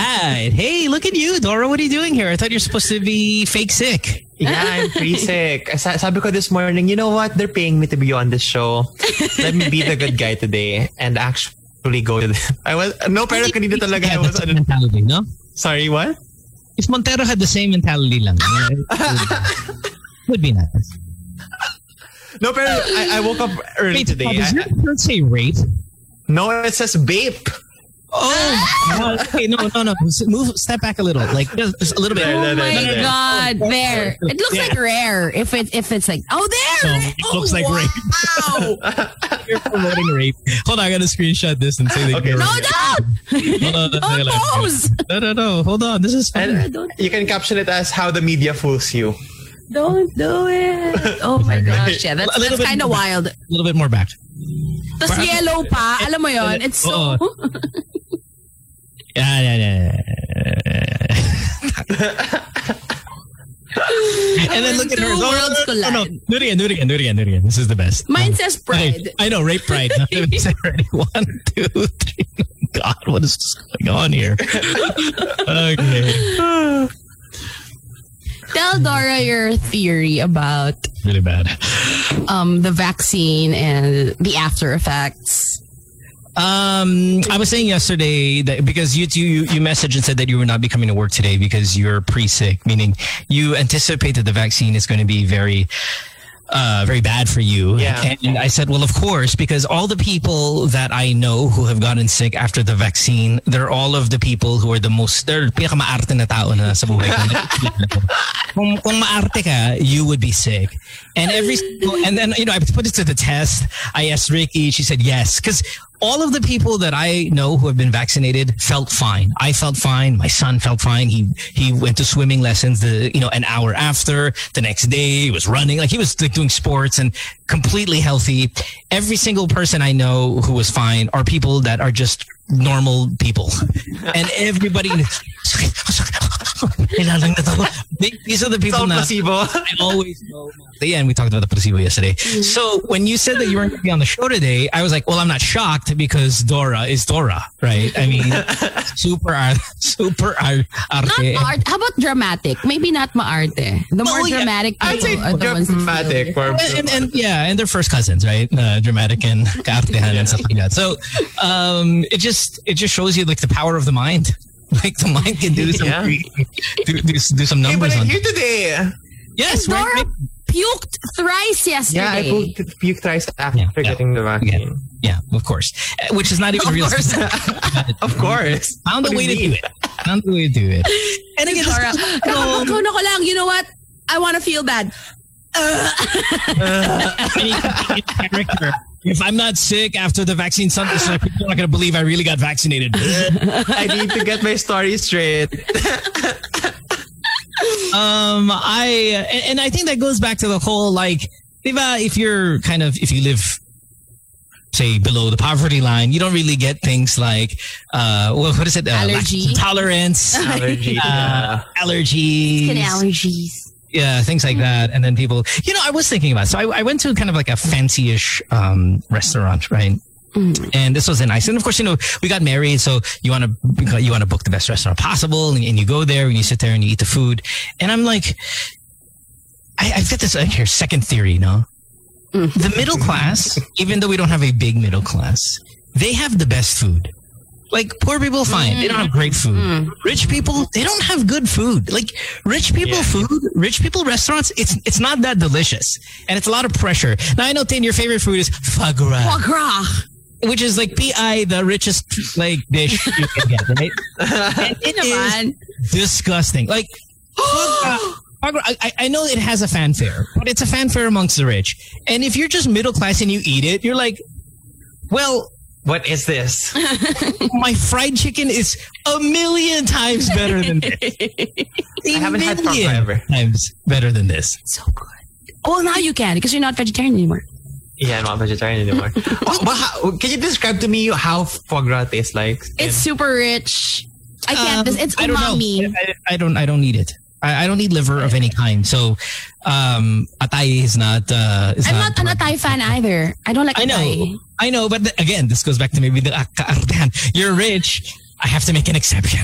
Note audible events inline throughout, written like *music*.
Right. Hey, look at you, Dora. What are you doing here? I thought you're supposed to be fake sick. Yeah, *laughs* I'm pretty sick. Sa- sabi ko this morning, you know what? They're paying me to be on this show. Let me be the good guy today and actually go to the... *laughs* I was... No, pero kanina talaga. I Yeah, was, that's the mentality, no? sorry, what? If Montero had the same mentality lang, would be nice. No, pero I, I woke up early Wait, today. Pop, does I- your shirt say rape? no, it says bape. Oh, no, okay, no, no, no. S- Move, step back a little, like just, just a little bit. There, there, there, Oh my there, there. god, Oh, there. It looks Yeah. like rare if it if it's like oh there. No, it looks like rape. *laughs* Oh, wow. You're promoting rape. Hold on, I gotta screenshot this and say that. Okay, you're No, right. don't. Oh, Hold on, Don't hold on. pose. No, no, no. Hold on. This is fun. And you can caption it as how the media fools you. Don't do it. *laughs* Oh my gosh. Yeah, that's, A little that's bit kind of more. wild. a little bit more back. Tapos yellow pa. Alam mo yon. It's so... *laughs* Yeah, yeah, yeah, yeah. and then look at Two her. Oh, worlds no, no, no, collide. Do it again, do it again, do it again, do it again. This is the best. Um, Mine says Okay, pride. I know, rape pride. Not even said already. One, two, three. God, what is going on here? *laughs* okay. Tell Dora your theory about Really bad. um, the vaccine and the after effects. Um, I was saying yesterday that because you you you messaged and said that you were not be coming to work today because you're pre-sick, meaning you anticipate that the vaccine is going to be very. Uh, very bad for you. Yeah. And I said, well, of course, because all the people that I know who have gotten sick after the vaccine, they're all of the people who are the most, they're pinakamaarte na tao na sa buhay ko. kung, kung maarte ka, you would be sick. And every single, and then you know, I put it to the test. I asked Ricky. She said yes because all of the people that I know who have been vaccinated felt fine. I felt fine. My son felt fine. He he went to swimming lessons the you know an hour after the next day. He was running like he was like doing sports and completely healthy. Every single person I know who was fine are people that are just normal people, and *laughs* everybody. Nilalang na to. They- These are the It's people all na placebo. I always know. Yeah, and we talked about the placebo yesterday. Mm-hmm. So when you said that you weren't going to be on the show today, I was like, well, I'm not shocked because Dora is Dora, right? I *laughs* mean, super art, super art, Not arte. art. How about dramatic? Maybe not maarte. The more Oh, yeah. dramatic people I'd say are the ones that feel dramatic. it. Or, And, and, and- yeah, and they're first cousins, right? Uh, dramatic and kaartehan and stuff like that. So um, it just it just shows you like the power of the mind. *laughs* Like the mind can do some Yeah. do, do, do some hey, but numbers I'm on. here today. Yes, And right, Dora right. puked thrice yesterday. Yeah, I puked, puked thrice after Yeah, yeah. getting the vaccine. Yeah, of course. Uh, Which is not even Of real. *laughs* course. Of course. *laughs* Found a What do way you to do mean? it. Found a way to do it. And again, Um, this Dora, kakapagkuno ko lang. You know what? I want to feel bad. any character. If I'm not sick after the vaccine, something so people are not going to believe I really got vaccinated. I need to get my story straight. um, I and, and I think that goes back to the whole like, diba, if you're kind of if you live say below the poverty line, you don't really get things like uh, what, what is it? Uh, Allergy. lactose Intolerance. Allergy. Uh, allergies. Skin allergies. yeah, things like that. And then people, you know, I was thinking about. It. So I, I went to kind of like a fancy-ish um, restaurant, right? And this was in Iceland. Of course, you know, we got married, so you want to you want to book the best restaurant possible, and, and you go there and you sit there and you eat the food. And I'm like, I, I've got this uh, here second theory, no? The middle class, even though we don't have a big middle class, they have the best food. Like poor people, fine. They don't have great food. Rich people, they don't have good food. Like rich people Yeah. food, rich people restaurants, it's it's not that delicious. And it's a lot of pressure. Now I know Tin, your favorite food is foie gras Foie gras. which is like PI, the richest like dish you can get, *laughs* right? And it is Naman. disgusting. *gasps* Like, Pagra- Pagra- I, I- I know it has a fanfare, but it's a fanfare amongst the rich. And if you're just middle class and you eat it, you're like, well, What is *laughs* this? my fried chicken is a million times better than *laughs* this. I haven't had pho forever. Times better than this. So good. Well, now you can because you're not vegetarian anymore. Yeah, I'm not vegetarian *laughs* anymore. Oh, but how, can you describe to me how foie gras tastes like? It's super rich. Um, I can't. this, it's Um, I don't umami. know. I, I- I don't. I don't need it. I, I don't need liver of any kind. So, um, atay is not. Uh, is I'm not an Atay fan either. I don't like I know. Atay. I know, but th- again, this goes back to maybe the ah, kaartehan. You're rich. I have to make an exception.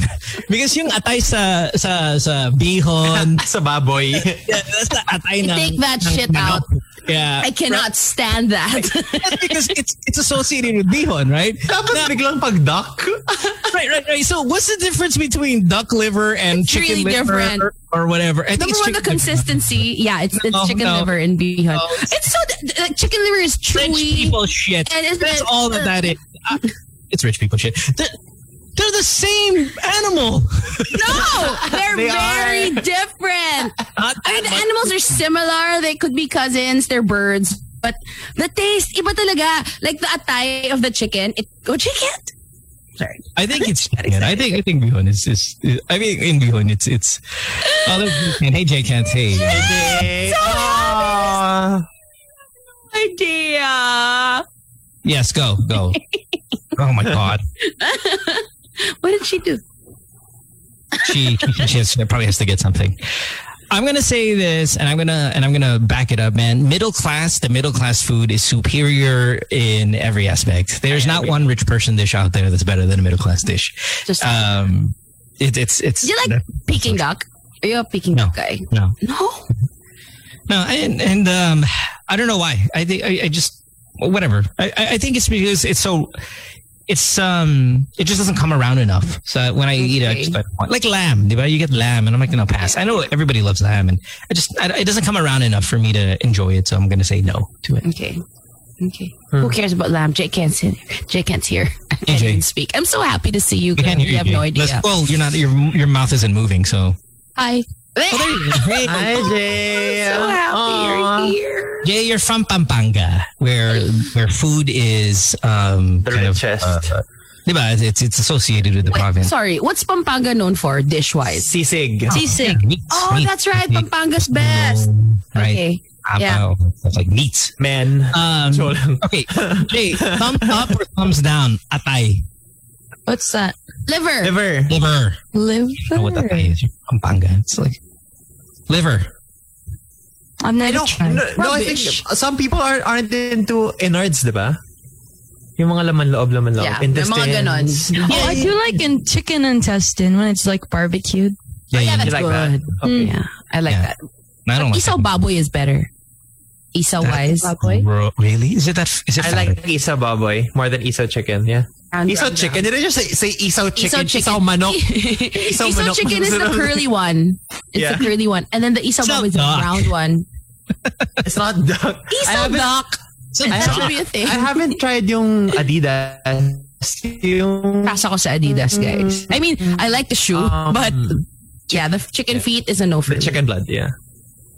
*laughs* because yung atay sa sa sa *laughs* bihon, Sa baboy. *laughs* yeah, that's the atay ng, Take that ng shit manok. out. Yeah. I cannot stand *laughs* that. That's *laughs* because it's it's associated with bihon, right? Dapat biglang pag-duck. Right, right, right. So what's the difference between duck liver and It's chicken really liver different. Or, or whatever? I think Number it's one, the chicken liver. consistency. Yeah, it's, it's No, chicken no. liver and bihon. No. It's so like, chicken liver is chewy. Rich people shit. And it's- That's all that that *laughs* is. Uh, it's rich people shit. They're, they're the same animal. *laughs* No, they're They very are. different. Not I mean, the animals are similar. They could be cousins. They're birds. But the taste, iba talaga. Like the atay of the chicken. It, oh, chicken? Sorry. I think *laughs* it's chicken. I think I think bihon is, is, is I mean in bihon it's it's. Oh, there's Jay Kent. hey Jay Kent. Hey. Hindi. Ah. Idea. Yes, go *laughs* go. Oh my god. What did she do? she she, has, she probably has to get something. I'm gonna say this, and I'm gonna and I'm gonna back it up, man. Middle class, the middle class food is superior in every aspect. There's not one rich person dish out there that's better than a middle class dish. Just, Um, it, it's it's do you like Peking duck? Are you a Peking No. duck guy? no No. no and and um, I don't know why. I think I I just whatever. I I I think it's because it's so. It's um, it just doesn't come around enough. So when I eat, it, I Okay. just like, want- like lamb, diba? You get lamb, and I'm like, no, pass. I know everybody loves lamb, and I just I, it doesn't come around enough for me to enjoy it. So I'm gonna say no to it. Okay. Okay. Hmm. Who cares about lamb? Jay can't sit. Jay can't hear. *laughs* I Jay. can speak. I'm so happy to see you. We can't girl. hear you. have no Jay. idea. Let's- Well, you're not. Your your mouth isn't moving, so. Hi. Oh, there you go. *laughs* Hey, Hi, Jay. so happy Aw. you're here. Jay, you're from Pampanga, where where food is um The kind of, richest. uh, diba? It's- It's it's associated with the province. Sorry, what's Pampanga known for dish wise? Sisig. Sisig. Yeah, meats, Oh, meats, that's right. meat, Pampanga's best. Right. Okay. Apa, yeah. all that stuff like meats. Men. Um, So *laughs* lang. okay. *laughs* Jay, thumbs up or thumbs down? Atay. What's that? Liver. Liver. Liver. Oh, Liver. Oh, I know what atay is. You're from Pampanga. It's like liver. I've never No, tried. no, no, I think Rubbish. some people are, aren't into innards, di ba? Yung mga laman loob, laman loob. Yeah, may mga ganon. Oh, I do like in chicken intestine when it's like barbecued. Mm. Yeah, yeah, yeah, You that's like that? Mm. good. Okay. Yeah, I like Yeah. that. I don't like Isaw that. baboy is better. Isaw wise. Bro, really? Is it that? Is it I fat? like isaw baboy more than isaw chicken. Yeah. Round, Isaw round, chicken. Did I just say, say isaw chicken? Isaw chicken. Isaw *laughs* manok. Isaw, Isaw manok. *laughs* chicken is the curly one. It's Yeah. the curly one. And then the isaw Isaw baboy is the duck. round one. It's not duck. *laughs* I Isaw haven't- duck. That should be a thing. I haven't tried yung Adidas. Yung Pass ako sa Adidas, guys. I mean, I like the shoe, Mm. Um, but yeah, the chicken feet is a no for the me. chicken blood, yeah.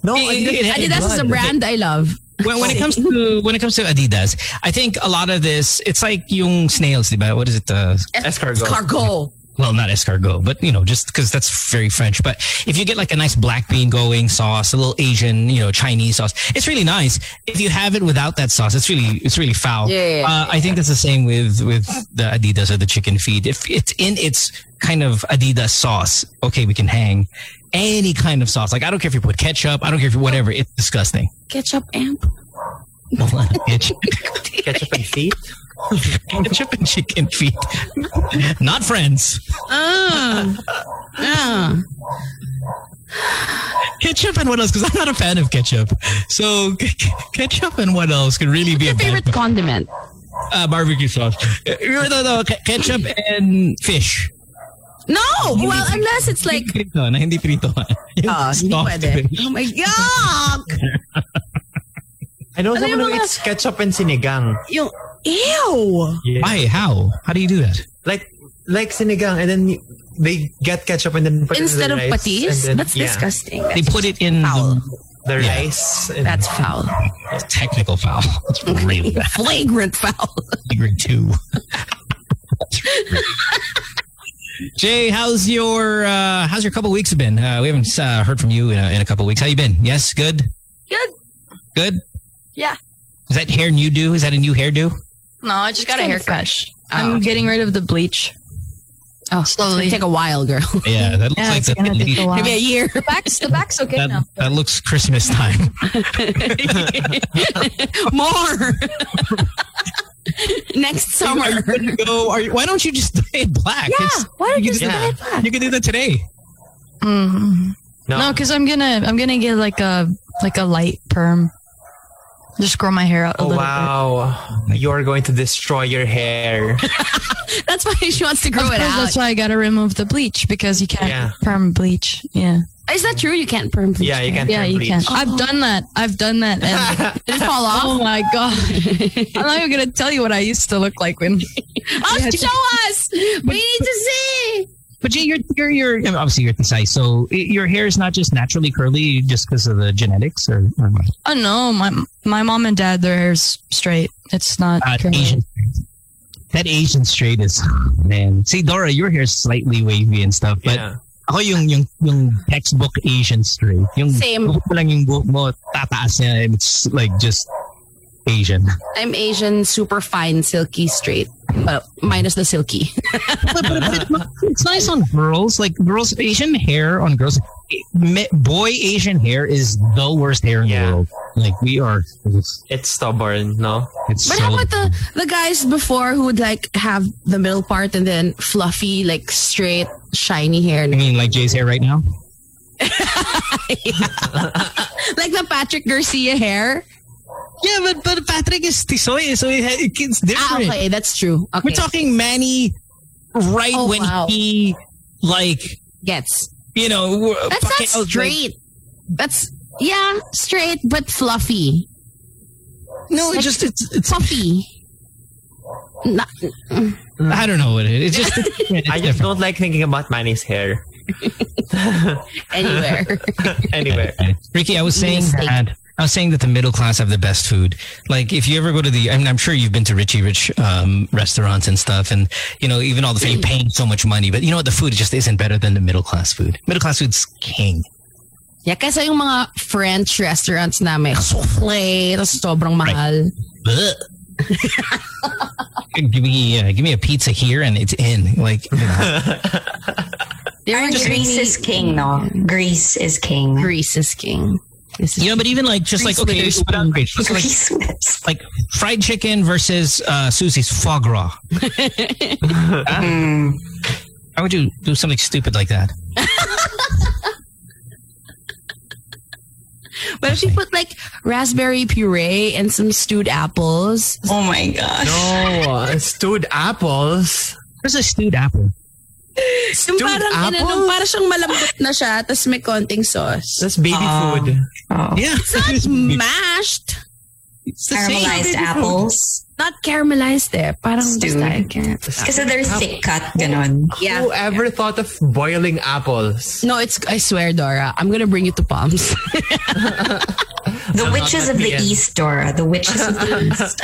No, It- it- Eh, Adidas is a brand I love. when, when it comes to when it comes to Adidas, I think a lot of this it's like yung snails, diba? What is it? Uh, Escargot. Cargo. well, not escargot, but you know, just because that's very French. But if you get like a nice black bean going sauce, a little Asian, you know, Chinese sauce, it's really nice. If you have it without that sauce, it's really it's really foul. Yeah, yeah, uh, I think that's the same with with the Adidas or the chicken feet. If it's in its kind of Adidas sauce, okay, we can hang any kind of sauce. Like I don't care if you put ketchup, I don't care if you whatever. It's disgusting. *laughs* Ketchup amp. Bitch. Ketchup and feet. *laughs* ketchup and chicken feet, *laughs* not friends. Ah. Ah. Ketchup and what else? Because I'm not a fan of ketchup. So k- k- ketchup and what else could really be Your a bad, favorite condiment. uh, barbecue sauce. Uh, no, no, ke- ketchup and fish. No! Well, unless it's like, Hindi prito na, hindi prito. Yung ah, hindi *laughs* soft pwede. fish. Oh my God! I know Ano someone yung who mga- eats ketchup and sinigang. Yung, ew! Yeah. Why? How? How do you do that? Like, like sinigang and then they get ketchup and then put Instead it of in the rice. patis? and then- That's yeah, disgusting. They put it in Foul. The Yeah. rice. and- That's foul. the technical foul. It's really bad. *laughs* Flagrant foul. Degree two. Jay, how's your uh, how's your couple weeks been? Uh, we haven't uh, heard from you in a, in a couple weeks. How you been? Yes, good. Good. Good. Yeah. Is that hair new do? Is that a new hairdo? No, I just got a kinda haircut. Oh, I'm getting rid of the bleach. oh, slowly. Take a while, girl. Yeah, that looks Yeah, like it's gonna take a the, while. Maybe a *laughs* year. The back's the back's okay that, now. that looks *laughs* Christmas time. More. *laughs* next Are you summer. good to go? Are you, why don't you just dye it black? Yeah, It's- why don't you just can dye it You can do that today. Mm. No. No, because I'm gonna I'm gonna get like a like a light perm. Just grow my hair out a Oh little wow! You're going to destroy your hair. That's why she wants to bit. grow Of it course, out. that's why I gotta remove the bleach because you can't Yeah. perm bleach. Yeah, Is that true? You can't perm bleach Yeah, you hair. can. yeah, perm you bleach. can. I've done that. I've done that. And *laughs* Did it fall off? oh my god, *laughs* I'm not even gonna tell you what I used to look *laughs* like when. *laughs* Oh, Yeah, show us. We need to see. But Jay, you're, you're, you're I mean, obviously you're at the size, so i- your hair is not just naturally curly just because of the genetics or, or what? Oh no, my my mom and dad, their hair's straight. It's not Uh, curly. Asian straight. That Asian straight is man. See Dora, your hair's slightly wavy and stuff, but Yeah. ako yung yung yung textbook Asian straight. Yung Same. buhok mo lang yung buhok mo tataas niya and it's like just Asian. I'm Asian, super fine, silky, straight, but minus the silky. it's nice on girls. Like girls, Asian hair on girls. Me- Boy Asian hair is the worst hair in Yeah. the world. Like we are. It's, It's stubborn, no? it's But so, how about the the guys before who would like have the middle part and then fluffy, like straight, shiny hair, I mean, like Jay's hair right now. like the Patrick Garcia hair? Yeah, but but Patrick is tisoy, so it, it's Ah, different. okay, that's true. Okay, We're talking Manny right Oh, when wow. he like gets you know that's not straight. That's yeah, straight but fluffy, no, it just it's, it's puffy. Na- I don't know what it is. It's just it's, *laughs* different. I just don't like thinking about Manny's hair. *laughs* anywhere. Anywhere. Ricky, I was saying Mistake. that I was saying that the middle class have the best food. Like if you ever go to the, I mean, I'm sure you've been to Richie Rich um, restaurants and stuff, and you know even all the Mm. you're paying so much money, but you know what, the food just isn't better than the middle class food. Middle class food's *laughs* king. *laughs* Yeah, kaysa yung mga French restaurants na may souffle, tas sobrang mahal. Ugh. give me uh, give me a pizza here and it's in. Like you know, They're And Greece is king, no? Greece is king. Greece is king. This is you know, but even like just like okay, Grease with a without grease, just like Greece was. like fried chicken versus uh, Susie's foie gras. Mm. How would you do something stupid like that? But if you put like raspberry puree and some stewed apples, Oh my gosh. *laughs* No, stewed apples. There's a stewed apple. stewed yung parang apples? inanong, parang siyang malambot na siya, tas may konting sauce. That's baby Ah. food. Oh. Yeah, *laughs* It's not mashed, It's the same. Caramelized apples. not caramelized eh. Parang Stewed. basta, I can't. Kasi they're thick cut, ganun. Yeah. Who ever thought of boiling apples? No, it's, I swear, Dora, I'm gonna bring you to Palms. *laughs* The witches of the again. east, Dora. The witches of the east.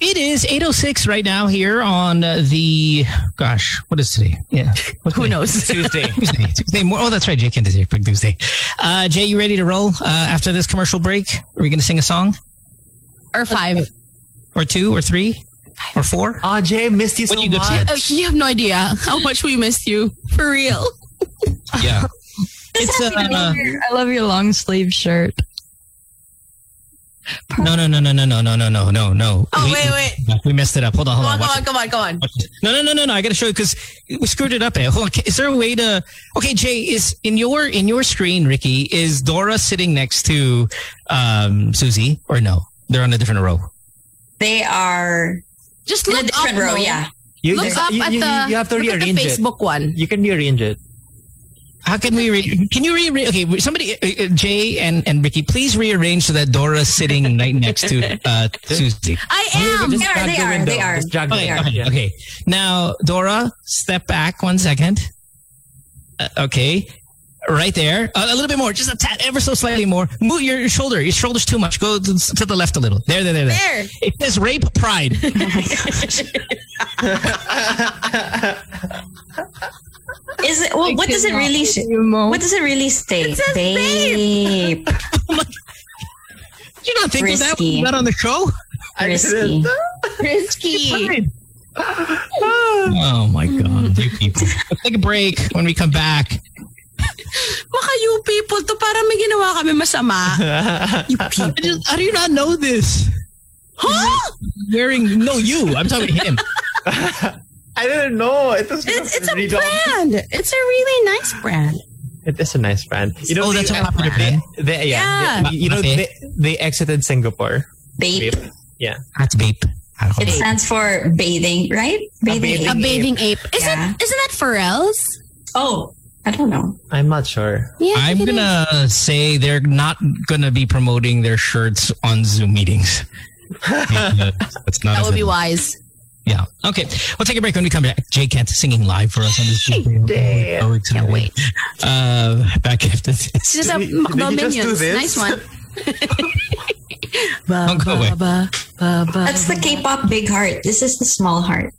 It is 806 right now here on uh, the gosh, what is today? Yeah. What's Who today? knows? Tuesday. *laughs* Tuesday. Tuesday mor- Oh, that's right. Jay Kent is here. Quick Tuesday. Uh, Jay, you ready to roll uh, after this commercial break? Are we going to sing a song or five. or two or three or four? Aw, Jay, missed you so When you go to- much. Oh, you have no idea how much we missed you. For real. Yeah. It's uh, I love your long sleeve shirt. *laughs* no, no, no, no, no, no, no, no, no, no, no. Oh, We- wait, wait. We messed it up. Hold on, hold Come on. on, Watch it. come on, come on, come on. Watch it. No, no, no, no, no. I got to show you because we screwed it up. Eh? Hold on. Is there a way to? Okay, Jay, is in your in your screen, Ricky? Is Dora sitting next to um, Susie or no? They're on a different row. They are Just in a look different up, row, no? yeah. You, Look just- up you, at you- the, you have to look at the rearrange it. Facebook one. You can rearrange it. How can we? Re- can you rearrange? Okay, somebody, uh, uh, Jay and and Ricky, please rearrange so that Dora's sitting right next to uh, Susie. I am. They are, Drag they the are, window. they are. Just drag the Okay, Yeah, window. okay, Oh, Yeah. okay. Now, Dora, step back one second. Uh, okay, right there. Uh, a little bit more, just a tad, ever so slightly more. Move your, your shoulder. Your shoulder's too much. Go to, to the left a little. There, there, there, there. There. It says rape pride. Is it, well, what does it really say? What does it really say? says Babe. Did you not think of that when Risky. you got on the show? Risky. Risky. Oh my god, you people. Let's *laughs* take a break when we come back. Maka you people *laughs* to para may ginawa kami masama. I just- how do you not know this? Huh? Wearing no you. I'm talking him. I didn't know. It was It's, it's a really dumb. brand. It's a really nice brand. It is a nice brand. You Oh, that's they- what happened to they- Ben? they- yeah. Yeah. They, you know, Okay. they, they exited Singapore. Babe. Babe. Yeah. That's beep. It stands for bathing, right? Bathing. A Bathing. bathing ape. Isn't Yeah. isn't that Pharrell's? Oh, I don't know. I'm not sure. Yeah, I I'm think it is. gonna say they're not gonna be promoting their shirts on Zoom *laughs* meetings. That's not That a would be good- wise. Yeah. Okay. We'll take a break when we come back. Jay Kent singing live for us on this. Jay. Oh, excited. Can't wait. Uh, back after this. It's just a Did he- McDo did he just do minions. this? Nice one. Don't go away. That's the K-pop big heart. This is the small heart.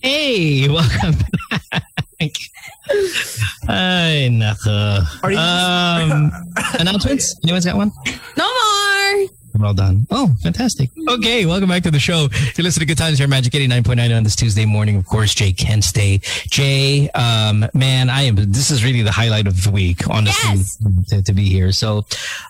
Hey, *laughs* welcome back. Ay, nako. Are you- Um, *laughs* announcements? Anyone's got one? No more. Well done. Oh, fantastic. Okay, welcome back to the show. You listen to Good Times here, on Magic 89.9 on this Tuesday morning. Of course, Jay Kent's Day. Jay, um, man, I am, this is really the highlight of the week, honestly, Yes. to, to be here. So,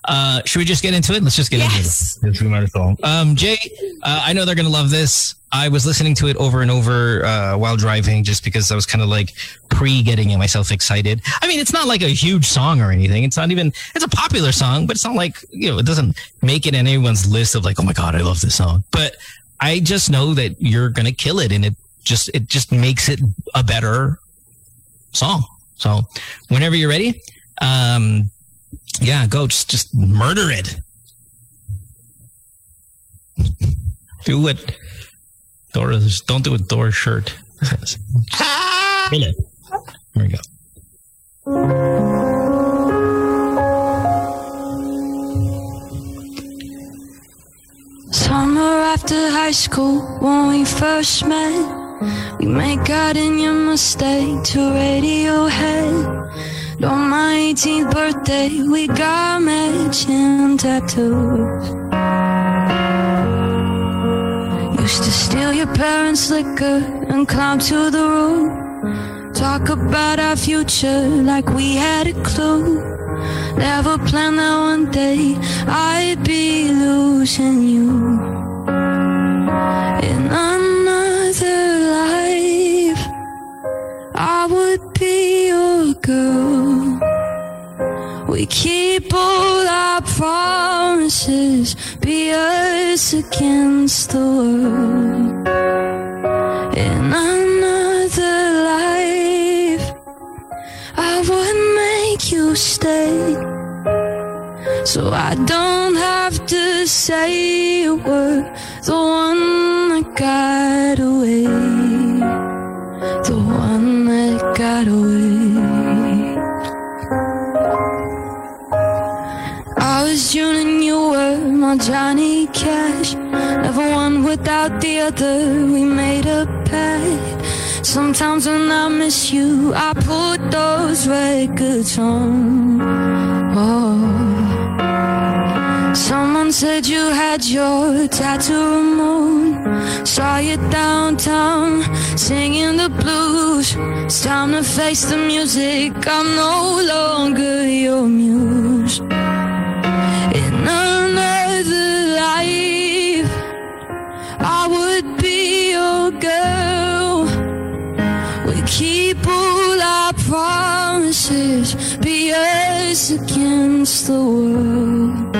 uh, should we just get into it? Let's just get Yes. into it. Yes. We might as well. Um, Jay, uh, I know they're going to love this. I was listening to it over and over uh, while driving just because I was kind of like pre getting myself excited. I mean, it's not like a huge song or anything. It's not even, it's a popular song, but it's not like, you know, it doesn't make it in anyone's list of like, oh my God, I love this song. But I just know that you're going to kill it. And it just, it just makes it a better song. So whenever you're ready, um, yeah, go just, just murder it. Do it. Dora's don't do a Dora *laughs* shirt. Feel it. Here we go. Summer after high school, when we first met, we make out in your mistake to Radiohead. And On my 18th birthday, we got matching tattoos. Used to steal your parents' liquor and climb to the roof. Talk about our future like we had a clue. Never planned that one day I'd be losing you in another life. I would be your girl. We keep all our promises, be us against the world. In another life, I would make you stay. So I don't have to say a word. The one that got away. The one that got away. I was June and you were my Johnny Cash. Never one without the other. We made a pact. Sometimes when I miss you, I put those records on. Oh. Someone said you had your tattoo removed. Saw you downtown singing the blues. It's time to face the music. I'm no longer your muse. In another life, I would be your girl. We keep all our promises, be us against the world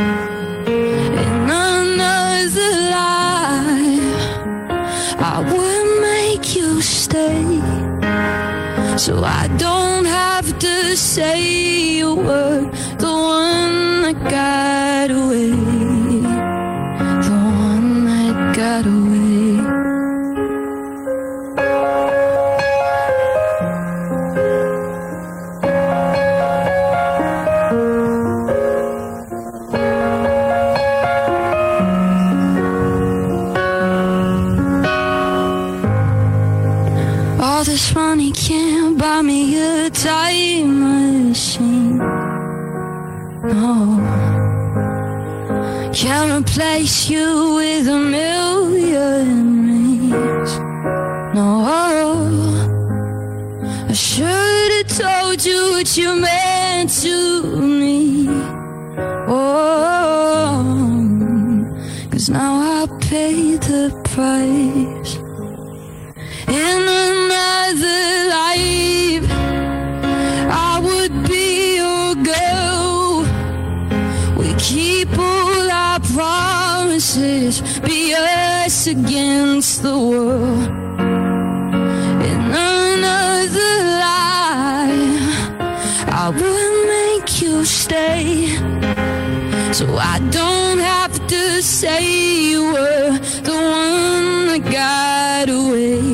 in another life. I will make you stay. So I don't have to say a word. The one that got away. The one that got away. All this money can't buy me a time machine. No. Can't replace you with a million rings. No. I should have told you what you meant to me. Oh. Cause Cause now I pay the price. In another life, I would be your girl. We keep all our promises, be us against the world. In another life, I would make you stay. So I don't have to say you were the one that got away.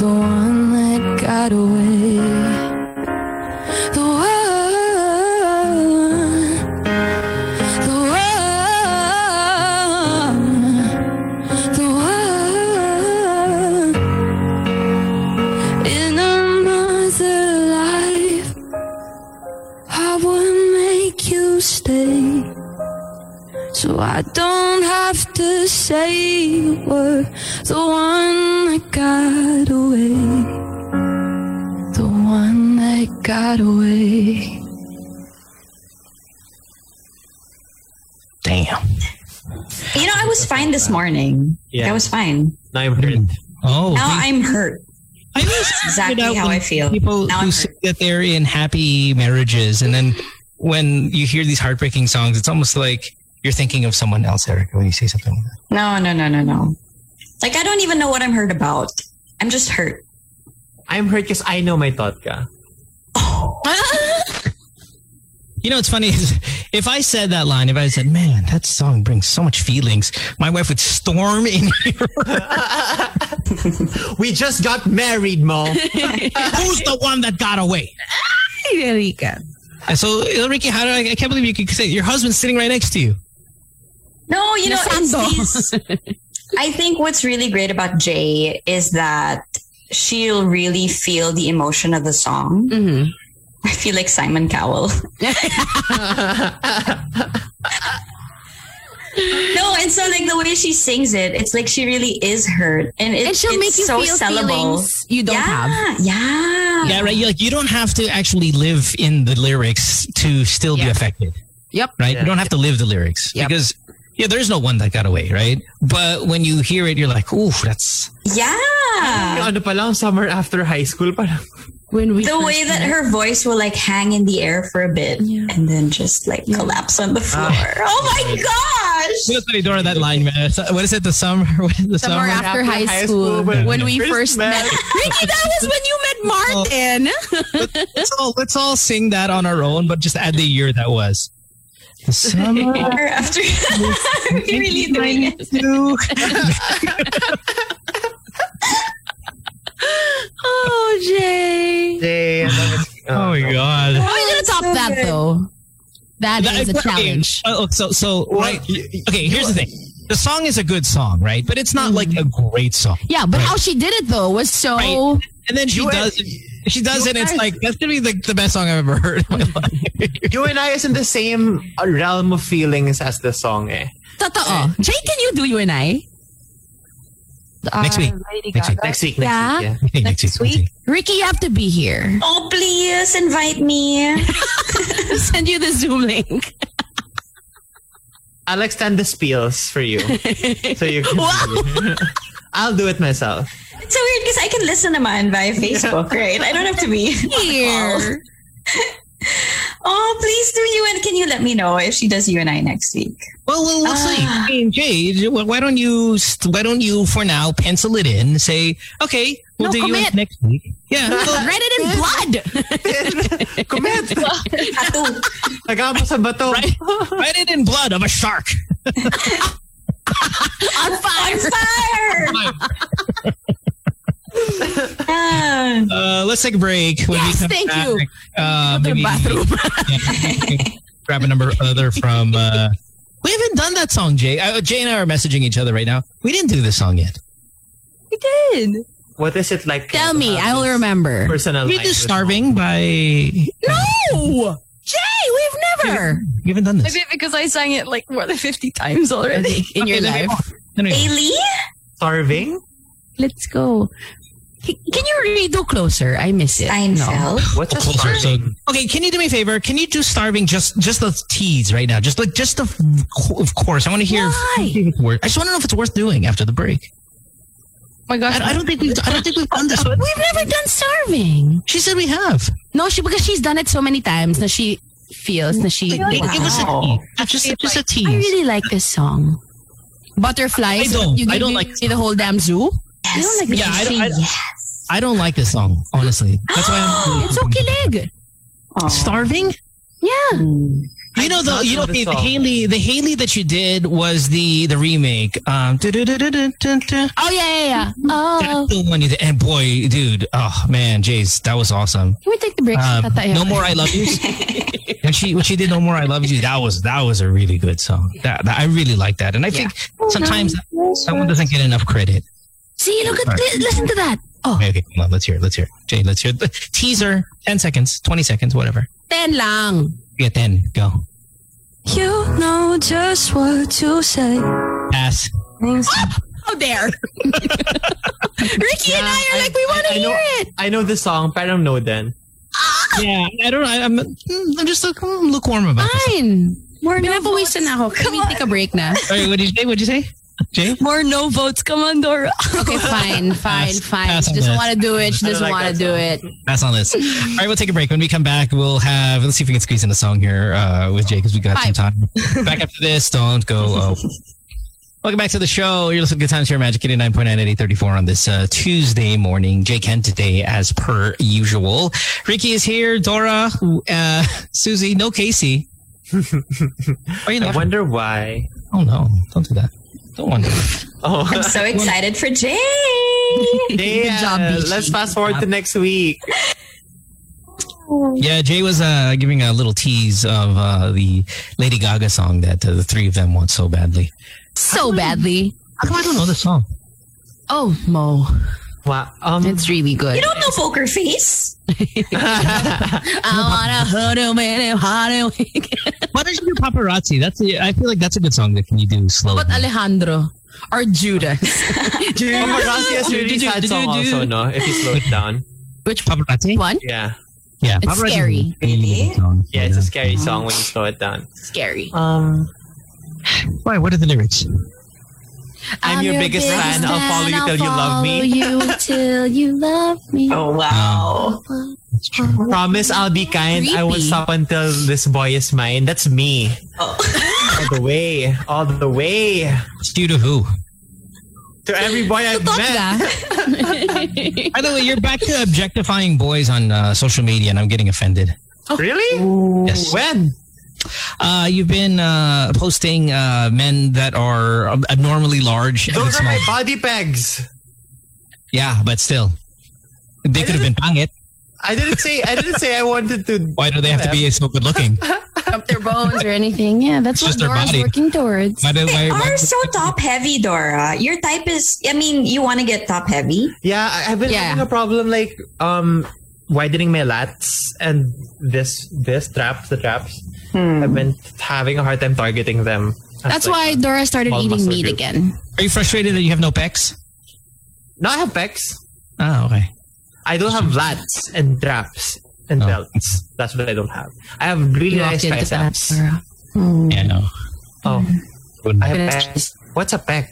The one that got away. The one. The one. The one. In another life. I would make you stay. So I don't have to say you were the one that got away. The one that got away. Damn. You know, I was fine this morning. Yeah. I was fine. Now I'm hurt. Oh, Now I'm hurt. I *laughs* always exactly figured out how when I feel. People Now I'm who hurt. say that they're in happy marriages, and then when you hear these heartbreaking songs, it's almost like you're thinking of someone else, Eric, when you say something like that. No, no, no, no, no. Like I don't even know what I'm hurt about. I'm just hurt. I'm hurt because I know my thought *laughs* ka. You know, it's funny. *laughs* is If I said that line, if I said, "Man, that song brings so much feelings," my wife would storm in here. *laughs* We just got married, Mo. *laughs* Who's the one that got away? Erika. And so, Ricky, how do I? I can't believe you could say your husband's sitting right next to you. No, you know, it's Nasando. these, I think what's really great about Jay is that she'll really feel the emotion of the song. Mm-hmm. I feel like Simon Cowell. *laughs* no, and so like the way she sings it, it's like she really is hurt, and it, And she'll it's make you so feel sellable. feelings you don't yeah, have. yeah, Yeah, right. You like you don't have to actually live in the lyrics to still be Yeah. affected. Yep. Right. Yeah. You don't have to live the lyrics Yep. because yeah, there's no one that got away, right? But when you hear it, you're like, ooh, that's yeah. ano pa lang, summer after high school pa lang. When we The first way that met. her voice will like hang in the air for a bit and then just like collapse on the Ah. floor. oh my gosh! what's the door of that line, man. So- What is it? The summer, *laughs* what is the summer summer. after, high, school, when we first met. Ricky, that was when you met *laughs* Martin. Let's all let's all sing that on our own, but just add the year that was. The summer. *laughs* After *laughs* we're really doing it. two. oh, Jay. Day, *laughs* Oh my god. How are you gonna top that though? that is a Okay, challenge. oh, so so right. Okay, here's the thing. The song is a good song, right? But it's not like a Mm-hmm. great song. Yeah, but how she did it though was so Right. And then she You- does she does you it. and It's guys- like that's gonna be like the best song I've ever heard. *laughs* In my life. You and I is in the same uh, realm of feelings as the song eh. totoo. uh, Jay, can you do you and I? Next week. Next week. Next week, next Yeah. week. Okay, next week. next week. Ricky, you have to be *laughs* here. Oh, please invite me. Send you the Zoom link. I'll extend the spiels for *laughs* you. so you can *laughs* I'll do it myself. *laughs* It's so weird because I can listen to mine via Facebook, right? I don't have to *laughs* *laughs* be Here. *laughs* Oh, please do you and can you let me know if she does you and I *laughs* next week? Well, we'll, we'll see. Ah. I mean, Jade, wh- why don't you st- why don't you for now pencil it in? Say okay, we'll No, do you commit. next week. *laughs* Yeah, well, Write it in blood. Commit! Tattoo. Nagama sa bato. Right. write it in blood of a shark. *laughs* On fire. Fire! Ah, Uh, let's take a break. When Yes, come thank you. Uh, Go to the maybe Yeah, *laughs* grab a number other from. Uh, we haven't done that song, Jay. Uh, Jay and I are messaging each other right now. We didn't do this song yet. We did. What is it like? Tell to me, have I will this remember. Personal We life did with "Starving" by. We No, Jay, we've never. haven't done this Maybe because I sang it like more than 50 times already. *laughs* In your Okay, let me- life. let me- Ailey? Starving? Let's go. C- Can you redo closer? I miss it. Seinfeld. What's a Closer, so- starting? okay, can you do me a favor? Can you do starving just just the tease right now? Just like just the f- of course. I want to hear. Why? if it's worth- I just want to know if it's worth doing after the break. Oh my gosh. I, I don't think we've I don't think we've *laughs* done this one. We've never done starving. She said we have. No, she because she's done it so many times that she feels that she. Give us a Wow. tease. Just just a tease. I really like this song. Butterflies. I don't- You I gave don't me like- the whole damn zoo. Yes. You don't like Yeah, I Say don't- I don't- yes. I don't like this song, honestly. That's why *gasps* I'm It's okay, leg. Oh. starving. Yeah. You know the Not you know for the the, song. Haley the Haley that you did was the the remake. Um, du-du-du-du-du-du-du. Oh yeah, yeah, yeah. Oh, that's the one you did. And boy, dude, oh man, Jace, that was awesome. can we take the break? Um, Tatayo. no more I love *laughs* yous. when she when she did no more I love you, that was that was a really good song. That, that- I really like that, and I think Oh, sometimes someone doesn't get enough credit. See, look at li- listen to that. Oh, Okay, okay, come on, let's hear it. Let's hear it. Jay, let's hear it. The teaser, 10 seconds, 20 seconds, whatever. ten lang. Yeah, 10, go. You know just what to say. Pass. Things Oh, there. *laughs* Ricky and I are I- like, we want to I know- hear it. I know the song, but I don't know then. Yeah, I don't know. I, I'm, mm, I'm just look, lukewarm about this. Fine. We're Pinapawisan na ako. Can we take a *laughs* break na? Sorry, what did you say? What did you say? Jay? More no votes. Come on, Dora. Okay, fine, fine, Pass- fine. pass She on doesn't that. want to do it. She I don't doesn't like want to that do song. it. Pass on this. All right, we'll take a break. When we come back, we'll have, let's see if we can squeeze in a song here uh, with Jay because we got some time. Back after this, don't go. Oh. Welcome back to the show. You're listening to Good Times here, Magic 89.9 at 834 on this uh, Tuesday morning. Jay Kent today, as per usual. Ricky is here, Dora, uh, Susie, no Casey. Are you I not? wonder why. Oh, no. Don't do that. Don't wonder. Oh, *laughs* I'm so excited for Jay. yeah. job, Beachy. Let's fast forward to next week. Yeah, Jay was uh, giving a little tease of uh, the Lady Gaga song that uh, the three of them want so badly. So badly. How come I don't know this song? Oh, Mo. Wow. Um, It's really good. You don't know Poker Face? *laughs* I want to hug him and hug him. Why don't you do paparazzi? That's the, I feel like that's a good song that can you do slow. But Alejandro or Judas. Paparazzi has really sad song also, no? If you slow it down. Which paparazzi? One? Yeah. Yeah, It's paparazzi. scary. Really? Yeah, it's a scary song when you slow it down. Scary. Um, Why? What are the lyrics? I'm your biggest fan. I'll follow you till you love me. *laughs* you till you love me. Oh, wow. That's true. Promise I'll be kind. I won't Creepy. stop until this boy is mine. That's me. Oh. All the way. All the way. It's due to who? To every boy I've *laughs* met. By the way, you're back to objectifying boys on uh, social media, and I'm getting offended. Really? Yes. When? Uh, you've been uh, posting uh, men that are ab- abnormally large. and Those are small. my body pegs. yeah, but still, they could have been pangit. I didn't say I didn't say I wanted to Why do they have to be so good *laughs* looking? Up their bones or anything. Yeah, that's It's what just their Dora's body. working towards. Why do, why, They why, are so top heavy, Dora. Your type is, I mean, you want to get top heavy? Yeah, I- I've been Yeah. having a problem like um widening my lats and this this traps the traps. I've Hmm. been having a hard time targeting them. That's why Dora started all eating muscle meat group. again. are you frustrated that you have no pecs? No, I have pecs. Oh, okay. I don't have lats and traps and Oh. belts. That's what I don't have. I have really You nice walked into that, biceps. Dora. Yeah, no. Oh, Wouldn't- I have Goodness. pecs. What's a pec?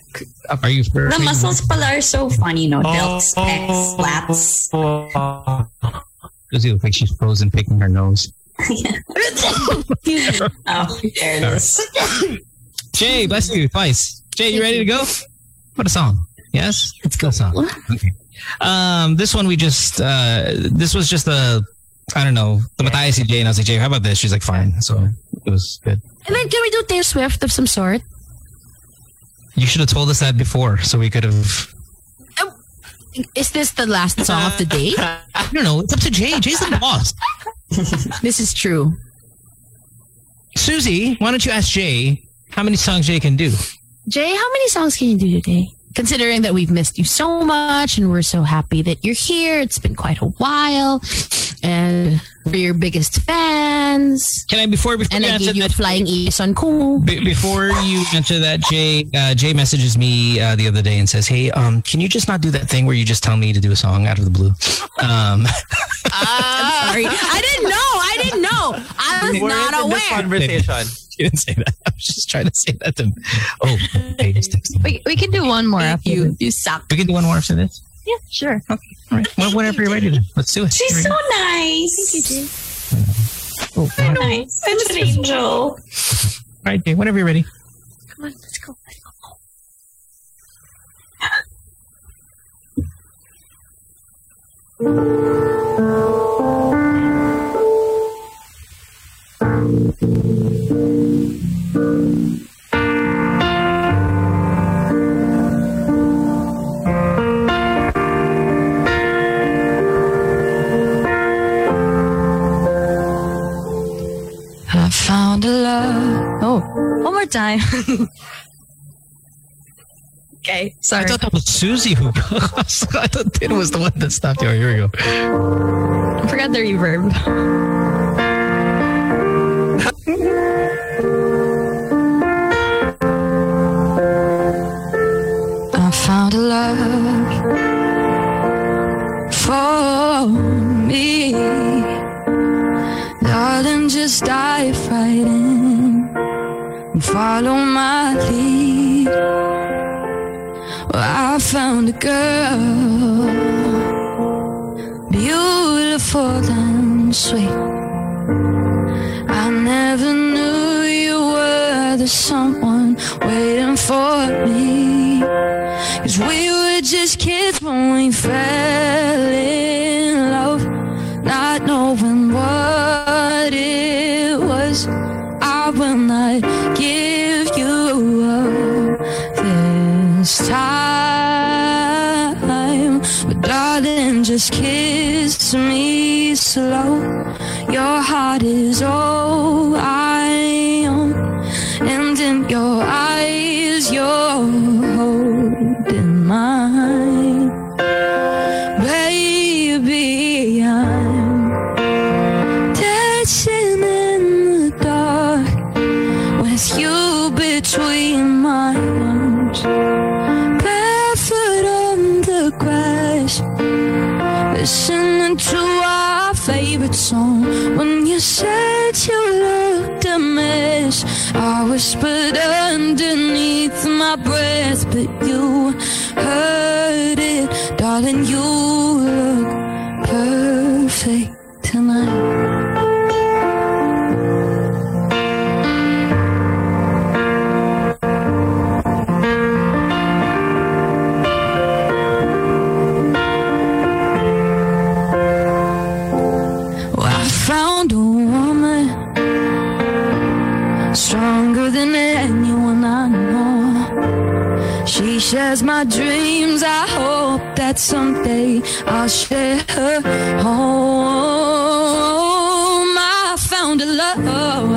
A Are you The frustrated? muscles pala are so funny, no? Delts, pecs, lats. Oh. Does it look like she's frozen picking her nose? Oh, there it is. Jay, bless you twice. Jay, you ready to go? What a song. Yes? It's good song. Okay. Um, this one we just uh this was just a I don't know, the Matthias Jay and I was like, Jay, how about this? She's like, fine. So it was good. And then can we do Taylor Swift of some sort? You should have told us that before so we could have Is this the last song of the day? I don't know, it's up to Jay. Jay's the boss. This is true. Susie, why don't you ask Jay how many songs Jay can do? Jay, how many songs can you do today? Considering that we've missed you so much and we're so happy that you're here, it's been quite a while. And We're your biggest fans. Can I before before And you I answer gave you a that, flying E Ace on *laughs* cool. be- before you answer that, Jay uh, Jay messages me uh, the other day and says, "Hey, um, can you just not do that thing where you just tell me to do a song out of the blue?" Um, *laughs* Sorry. I didn't know. I didn't know. I was We're not in this aware. conversation. she didn't say that. I was just trying to say that to. Oh, okay, just text me. We, we can do one more after you. You, you suck. We can do one more after this. Yeah, sure. All right. Well, whenever you're ready, then let's do it. Here we She's go. so nice. Oh, all right. Nice. Such an angel. All right, Jay, whenever you're ready. Come on, let's go. Let's go. I found a love. Oh, one more time. I okay, sorry. thought that was Susie who. *laughs* I thought it was the one that stopped you. Oh, here we go. I forgot the reverb. I found a love for me. Darling, just dive right in and follow my lead. Well, I found a girl, beautiful and sweet. I never knew you were the someone waiting for me. Cause we were just kids when we fell in love, not knowing what it was. I will not give you up this time. But darling, just kiss me slow. Your heart is all I own. And in your eyes, you're holding mine. Baby, I'm dancing in the dark with you between my arms. Barefoot on the grass, listening to our favorite song. When you said you looked a mess, I whispered underneath my breath, but you heard it, darling. You look perfect tonight. Well, I found a woman stronger than anyone I know. She shares my dreams. I hope that someday I'll share her home. I found a love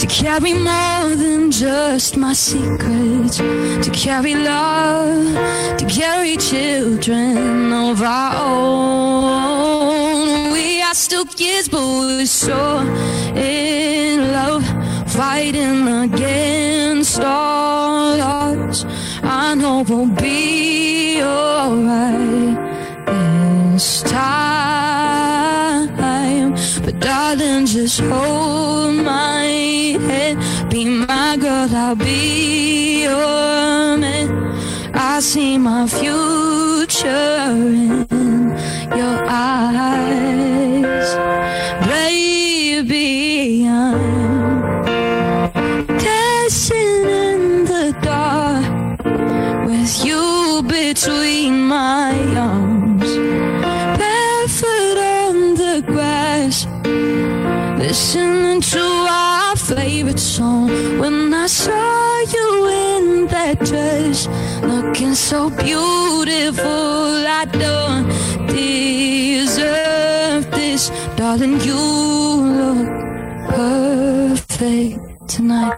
to carry more than just my secrets, to carry love, to carry children of our own. We are still kids, but we're so in love, fighting against all odds. I know we'll be alright this time. But darling, just hold my head. Be my girl, I'll be your man. I see my future in your eyes. Baby, I'm dancing in the dark with you between my arms, barefoot on the grass, listening to our favorite song. When I saw you in that dress, looking so beautiful, I don't deserve this, darling. You look perfect tonight.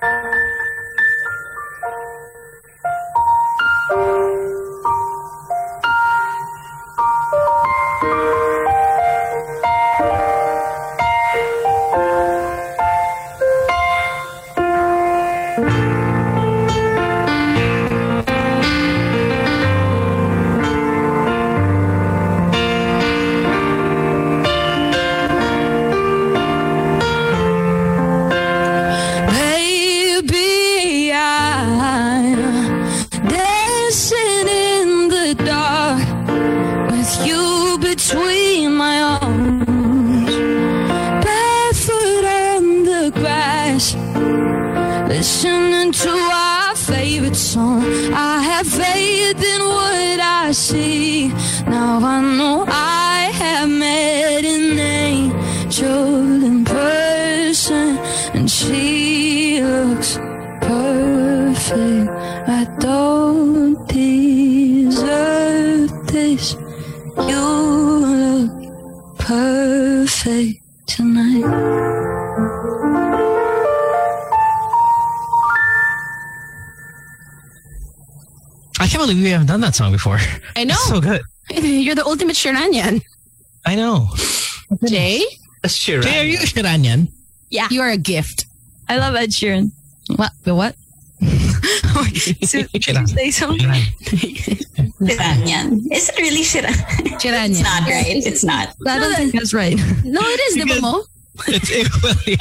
fade tonight. I can't believe we haven't done that song before. I know. *laughs* It's so good. You're the ultimate Shiranyan. I know. Jay, That's true. Jay, are you Shiranyan? you are a gift. I love Ed Sheeran. What? The what? *laughs* *laughs* So, Shira. say something. Shiranyan. Shiranyan. Is it really Shiranyan? *laughs* It's Shiranyan. not, right? It's not. I don't think that's right. No, it is, diba Because- mo? It's equally.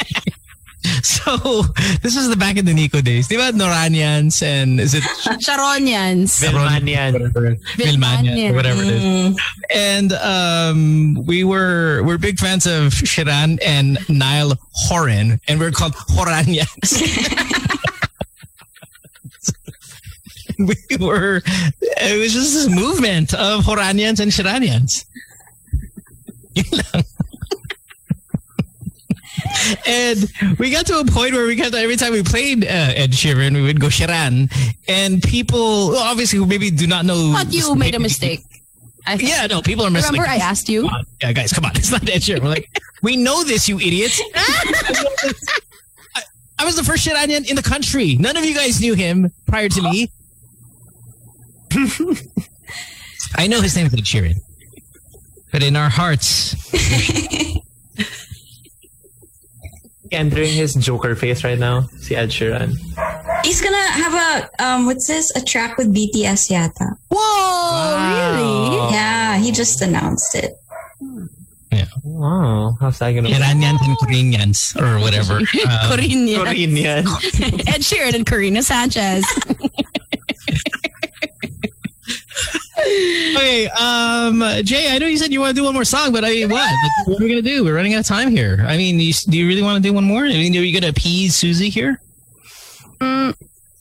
So this is the back in the Nico days. Diba Noranians and is it Sharonians. Vilmanian. Vilmanian or whatever it is. Mm, And um, we were we're big fans of Shiran and Niall Horan, and we're called *laughs* Horanians. *laughs* we were it was just this movement of Horanians and Shiranians. *laughs* Yun lang. *laughs* and we got to a point where we got every time we played uh, Ed Sheeran, we would go Shiran, and people obviously who maybe do not know. Thought you made a mistake. I *laughs* think. Yeah, no, people are missing. Remember like, I asked you? come on. Yeah, guys, come on. *laughs* It's not Ed Sheeran. We're like, we know this, you *laughs* idiots. I, I was the first shit onion in the country. None of you guys knew him prior to me. *laughs* I know his name is Ed Sheeran. But in our hearts, Entering his Joker face right now. See Ed Sheeran. he's gonna have a um, what's this? A track with BTS yata. Whoa, Oh. really? Yeah, he just announced it. Wow. Oh, How's that gonna be? Iranians and Koreans or *laughs* whatever. Um, Corina. Korean. Ed Sheeran and Corina Sanchez. okay, um, Jay, I know you said you want to do one more song, but I mean, what? Like, what are we going to do? We're running out of time here. I mean, you, do you really want to do one more? I mean, are you going to appease Susie here? Mm,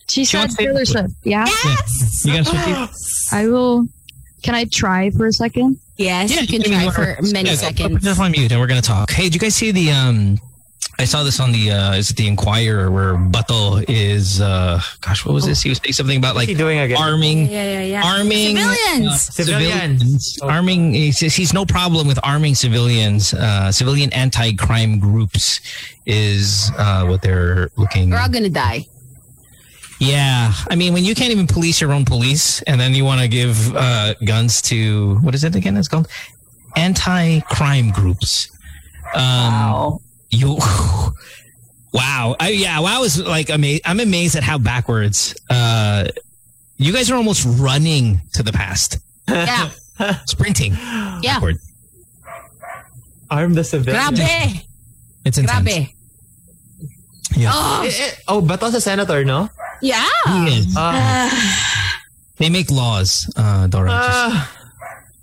She said wants to say Taylor Swift. Yeah, You got to I will. Can I try for a second? Yes, you can give me try one for more- many Yeah, Put seconds. this on mute, and we're gonna talk. Hey, did you guys see the? um I saw this on the uh is it the Inquirer where Buttle is uh gosh what was this he was saying something about What's like he doing again? arming Yeah, yeah, yeah. arming uh, Civilians. Civilians. civilians. Oh. arming he says he's no problem with arming civilians uh civilian anti-crime groups is uh what they're looking We're all gonna *laughs* die. yeah, I mean, when you can't even police your own police, and then you want to give uh, guns to what is it again? It's called anti-crime groups. Um, Wow. You, *laughs* wow, I, yeah, wow is like amazed. I'm amazed at how backwards. Uh, you guys are almost running to the past, Yeah. sprinting. Yeah. backward. Arm the civilians. Grabe. It's intense. Grabe. Yeah. Oh, Eh, eh, Oh, Bato's a senator, no? yeah. He is. Ah. They make laws, uh, Dora. Just- Ah.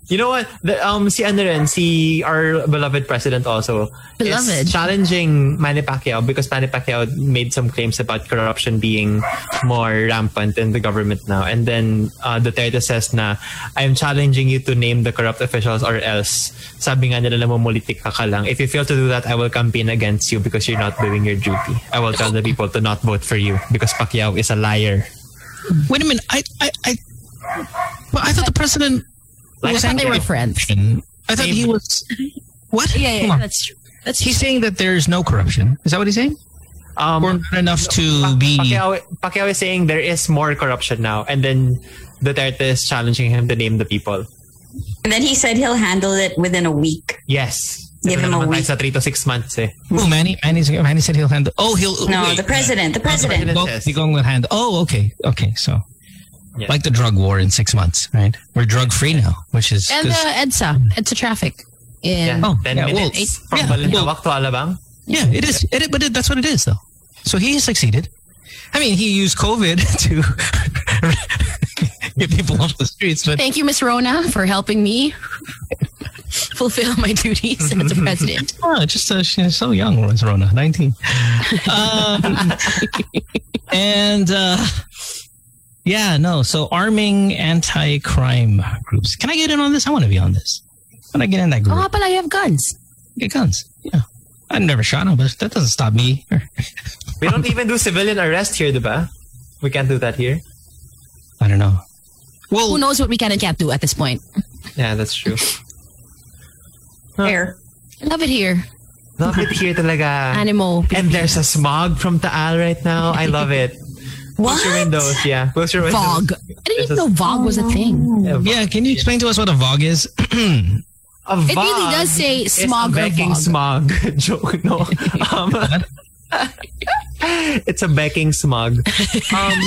you know what? The, um, si ano rin, si our beloved president also Beloved. is challenging Manny Pacquiao because Manny Pacquiao made some claims about corruption being more rampant in the government now. And then uh, Duterte says na, I'm challenging you to name the corrupt officials or else. Sabi nga nila namumulitik ka ka lang. If you fail to do that, I will campaign against you because you're not doing your duty. I will tell the people to not vote for you because Pacquiao is a liar. Wait a minute. I, I, I, but I thought the president I was thought they angry. were friends. I thought he was. What? Yeah, yeah, Hold yeah on. that's true. That's He's saying that there's no corruption. Is that what he's saying? Um, Or not enough to Pa- be. Pacquiao, Pacquiao is saying there is more corruption now, and then Duterte is challenging him to name the people. *sighs* And then he said he'll handle it within a week. Yes. Give him a Naman week. tayo Sa 3 to 6 months eh. Oh, Manny, Manny's, Manny said he'll handle. Oh, he'll. No, wait. the president. The president. president. Go- Yes. He's going with hand. Oh, okay, okay. So, Yeah. like the drug war in six months, right? We're drug free now, which is. and 'cause- uh, EDSA, EDSA traffic. Yeah. In Oh, 10 yeah, well, minutes from yeah, Balintawak to Alabang. yeah, it is. It, but it, that's what it is, though. So he succeeded. I mean, he used COVID *laughs* to *laughs* get people off the streets, but Thank you, Miss Rona, for helping me *laughs* fulfill my duties as *laughs* a president. Oh, just uh, she's so young, was Rona, *laughs* nineteen. Um, and uh, yeah, no. So arming anti-crime groups. Can I get in on this? I want to be on this. When I get in that Oh, group, but I have guns. get guns. Yeah, I never shot him, but that doesn't stop me. We don't even do civilian arrest here, diba? We can't do that here. I don't know. Who Well, *laughs* knows what we can and can't do at this point? Yeah, that's true. Fair. Love it here. Love it here *laughs* talaga. Animal. And there's a smog from Taal right now. I love it. Close your What? windows, yeah. Close your windows. Vogue. I didn't even There's a- know Vogue was a thing. Yeah, Vogue. Yeah, can you explain to us what a VOG is? A It really Vogue does say is a smog or Becking Vogue. smog. *laughs* Joke, *laughs* no. Um, *laughs* it's a Becking smog. Um,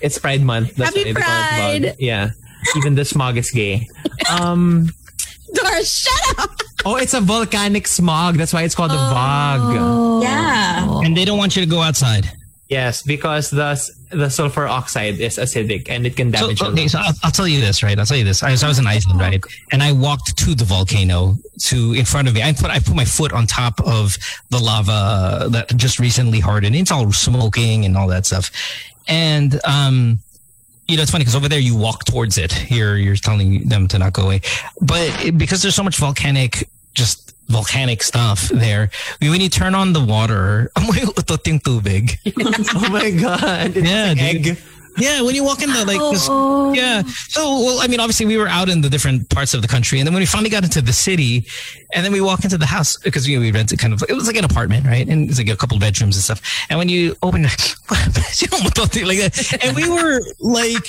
it's Pride Month. That's Happy why they call it Pride. Vogue. Yeah. Even the smog is gay. Um, Dora, shut up. oh, it's a volcanic smog. That's why it's called a Vogue. Oh. Yeah. and they don't want you to go outside. Yes, because the the sulfur oxide is acidic and it can So, damage. your okay, so I'll, I'll tell you this, right? I'll tell you this. I, so I was in Iceland, right? And I walked to the volcano to in front of me. I put I put my foot on top of the lava that just recently hardened. It's all smoking and all that stuff. And um, you know, it's funny because over there you walk towards it. Here you're telling them to not go away, but it- because there's so much volcanic, just volcanic stuff there. When you turn on the water, *laughs* amoy utot yung tubig. *laughs* Oh my god! It's Yeah, an dude. egg. Yeah, when you walk in the like, this- yeah. So, well, I mean, obviously, we were out in the different parts of the country, and then when we finally got into the city, and then we walk into the house because you know, we rented kind of it was like an apartment, right? And it's like a couple bedrooms and stuff. And when you *laughs* open, like *laughs* that, and we were like.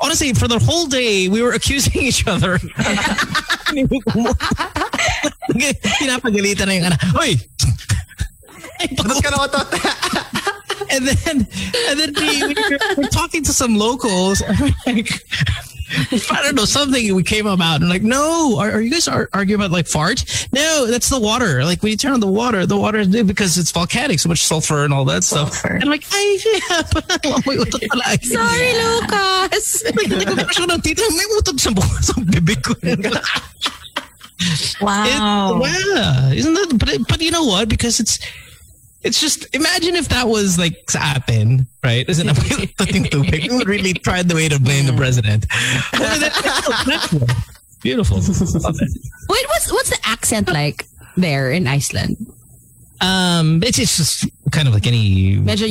Honestly, for the whole day, we were accusing each other. Pinapagalitan na yung anak. Oy! Tapos ka na otot. and then and then we, we were, we're talking to some locals *laughs* and we're like I don't know something we came about and like no are, are you guys ar- arguing about like fart no that's the water like when you turn on the water the water is new because it's volcanic so much sulfur and all that stuff Sulfur. and I'm like ay yeah but amoy utot pala Sorry, Lucas. Nagkakasyon ng tita, may utot sa *laughs* buhok sa bibig ko. It- *laughs* Wow. yeah, isn't that? But it- but you know what? Because it's it's just imagine if that was like sa atin, right? Isn't it? Tuting tubig. We would really tried the way to blame the president. But that- Beautiful. Love it. Wait, what's what's the accent like there in Iceland? Um, it's, it's just kind of like any Medyo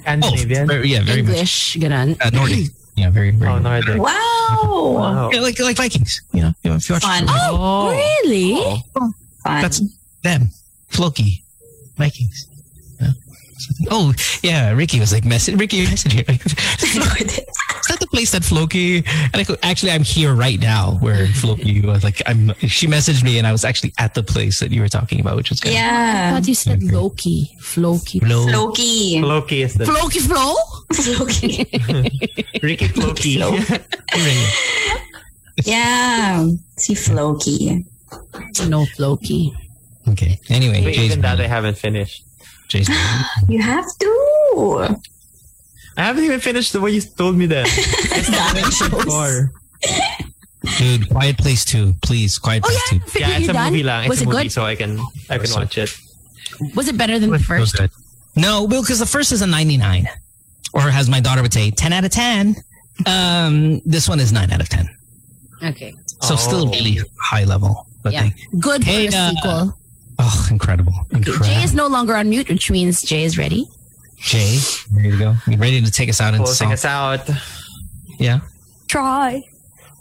oh, Scandinavian. very, yeah, very much English, ganun. uh, Nordic. Yeah, very very. Oh, Nordic. Wow. Wow. Yeah, like like Vikings. You know, you know, if you watch Fun. Oh. Really? Fun. *laughs* That's them. Floki. Vikings. Yeah. Oh, yeah. Ricky was like, message. Ricky, message here. Like, *laughs* is that the place that Floki? And I go, actually, I'm here right now where Floki was like, I'm, she messaged me and I was actually at the place that you were talking about, which was kind I yeah. thought you said Loki. Floki. of low. Floki. Floki is the Floki Flo? Floki. *laughs* Ricky Floki. Yeah. See Floki. No Floki. Okay. Anyway, Wait, Jay's even that I Jay's haven't finished. You have to. I haven't even finished the way you told me *laughs* that. Or Dude, Quiet Place 2. Please, Quiet Oh Place yeah, 2. figured yeah, it's you a done. movie lang. It's Was a it movie, good? so I can I can watch it. Was it better than the It was first? good. No, well, because the first is a 99, or as my daughter would say, 10 out of 10. Um, this one is 9 out of 10. Okay. So Oh. still really high level. But Yeah. they- Good for Hey, a uh, sequel. oh, incredible. Jay is Incredible. no longer on mute, which means Jay is ready. Jay, ready to go? You ready to take us out and Closing song? us out. Yeah, Try.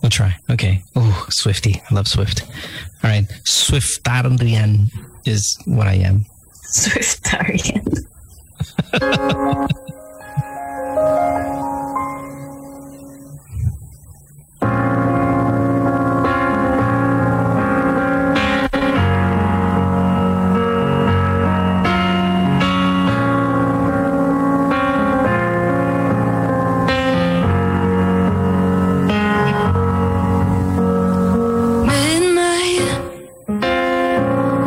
we'll try. Okay. Oh, Swifty. I love Swift. All right. Swift is what I am. *laughs* Swiftarian. midnight.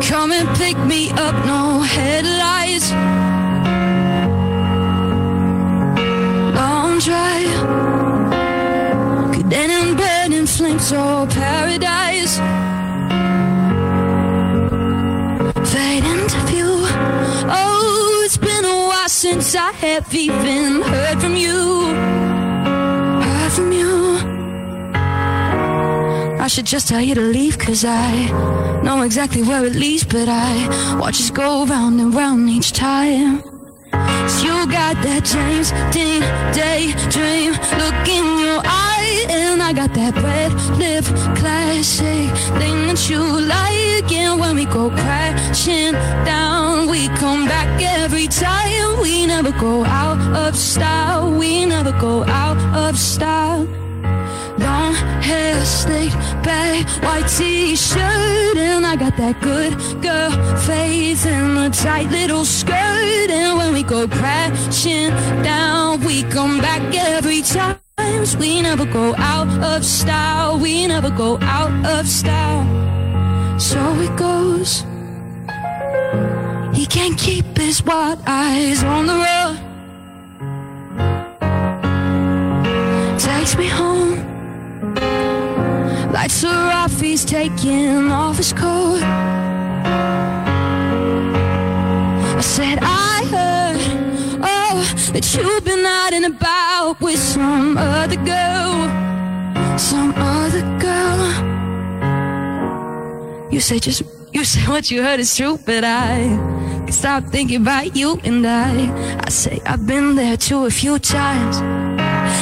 Come and pick me up, no headlights. Long drive could end in bed in flames or paradise. Fade into view. Oh, it's been a while since I have even heard from you. Heard from you. I should just tell you to leave, cause I know exactly where it leads, but I watch us go round and round each time. So you got that James Dean daydream look in your eye, and I got that red lip classic thing that you like. And when we go crashing down. We come back every time. We never go out of style. We never go out of style. Long hair, slick back, white t-shirt, and I got that good girl face and a tight little skirt. And when we go crashing down, we come back every time. We never go out of style. We never go out of style. So it goes. He can't keep his wide eyes on the road. Takes me home. Lights are off, he's taking off his coat. I said, I heard, oh, that you've been out and about with some other girl. Some other girl. You said just, you said what you heard is true, but I can stop thinking about you and I. I say, I've been there too a few times.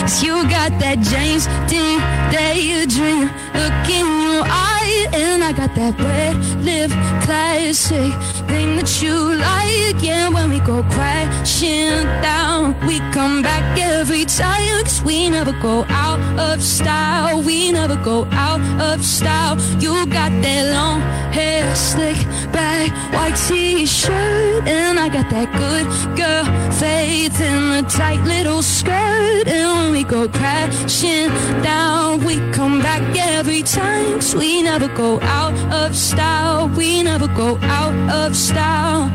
Cause you got that James Dean daydream look in your eye, and I got that red lip classic thing that you like. Yeah, when we go crashing down, we come back every time. Cause we never go out of style, we never go out of style. You got that long hair, slick back, white t-shirt, and I got that good girl faith in a tight little skirt. And when we go crashing down, we come back every time. 'Cause we never go out of style, we never go out of style.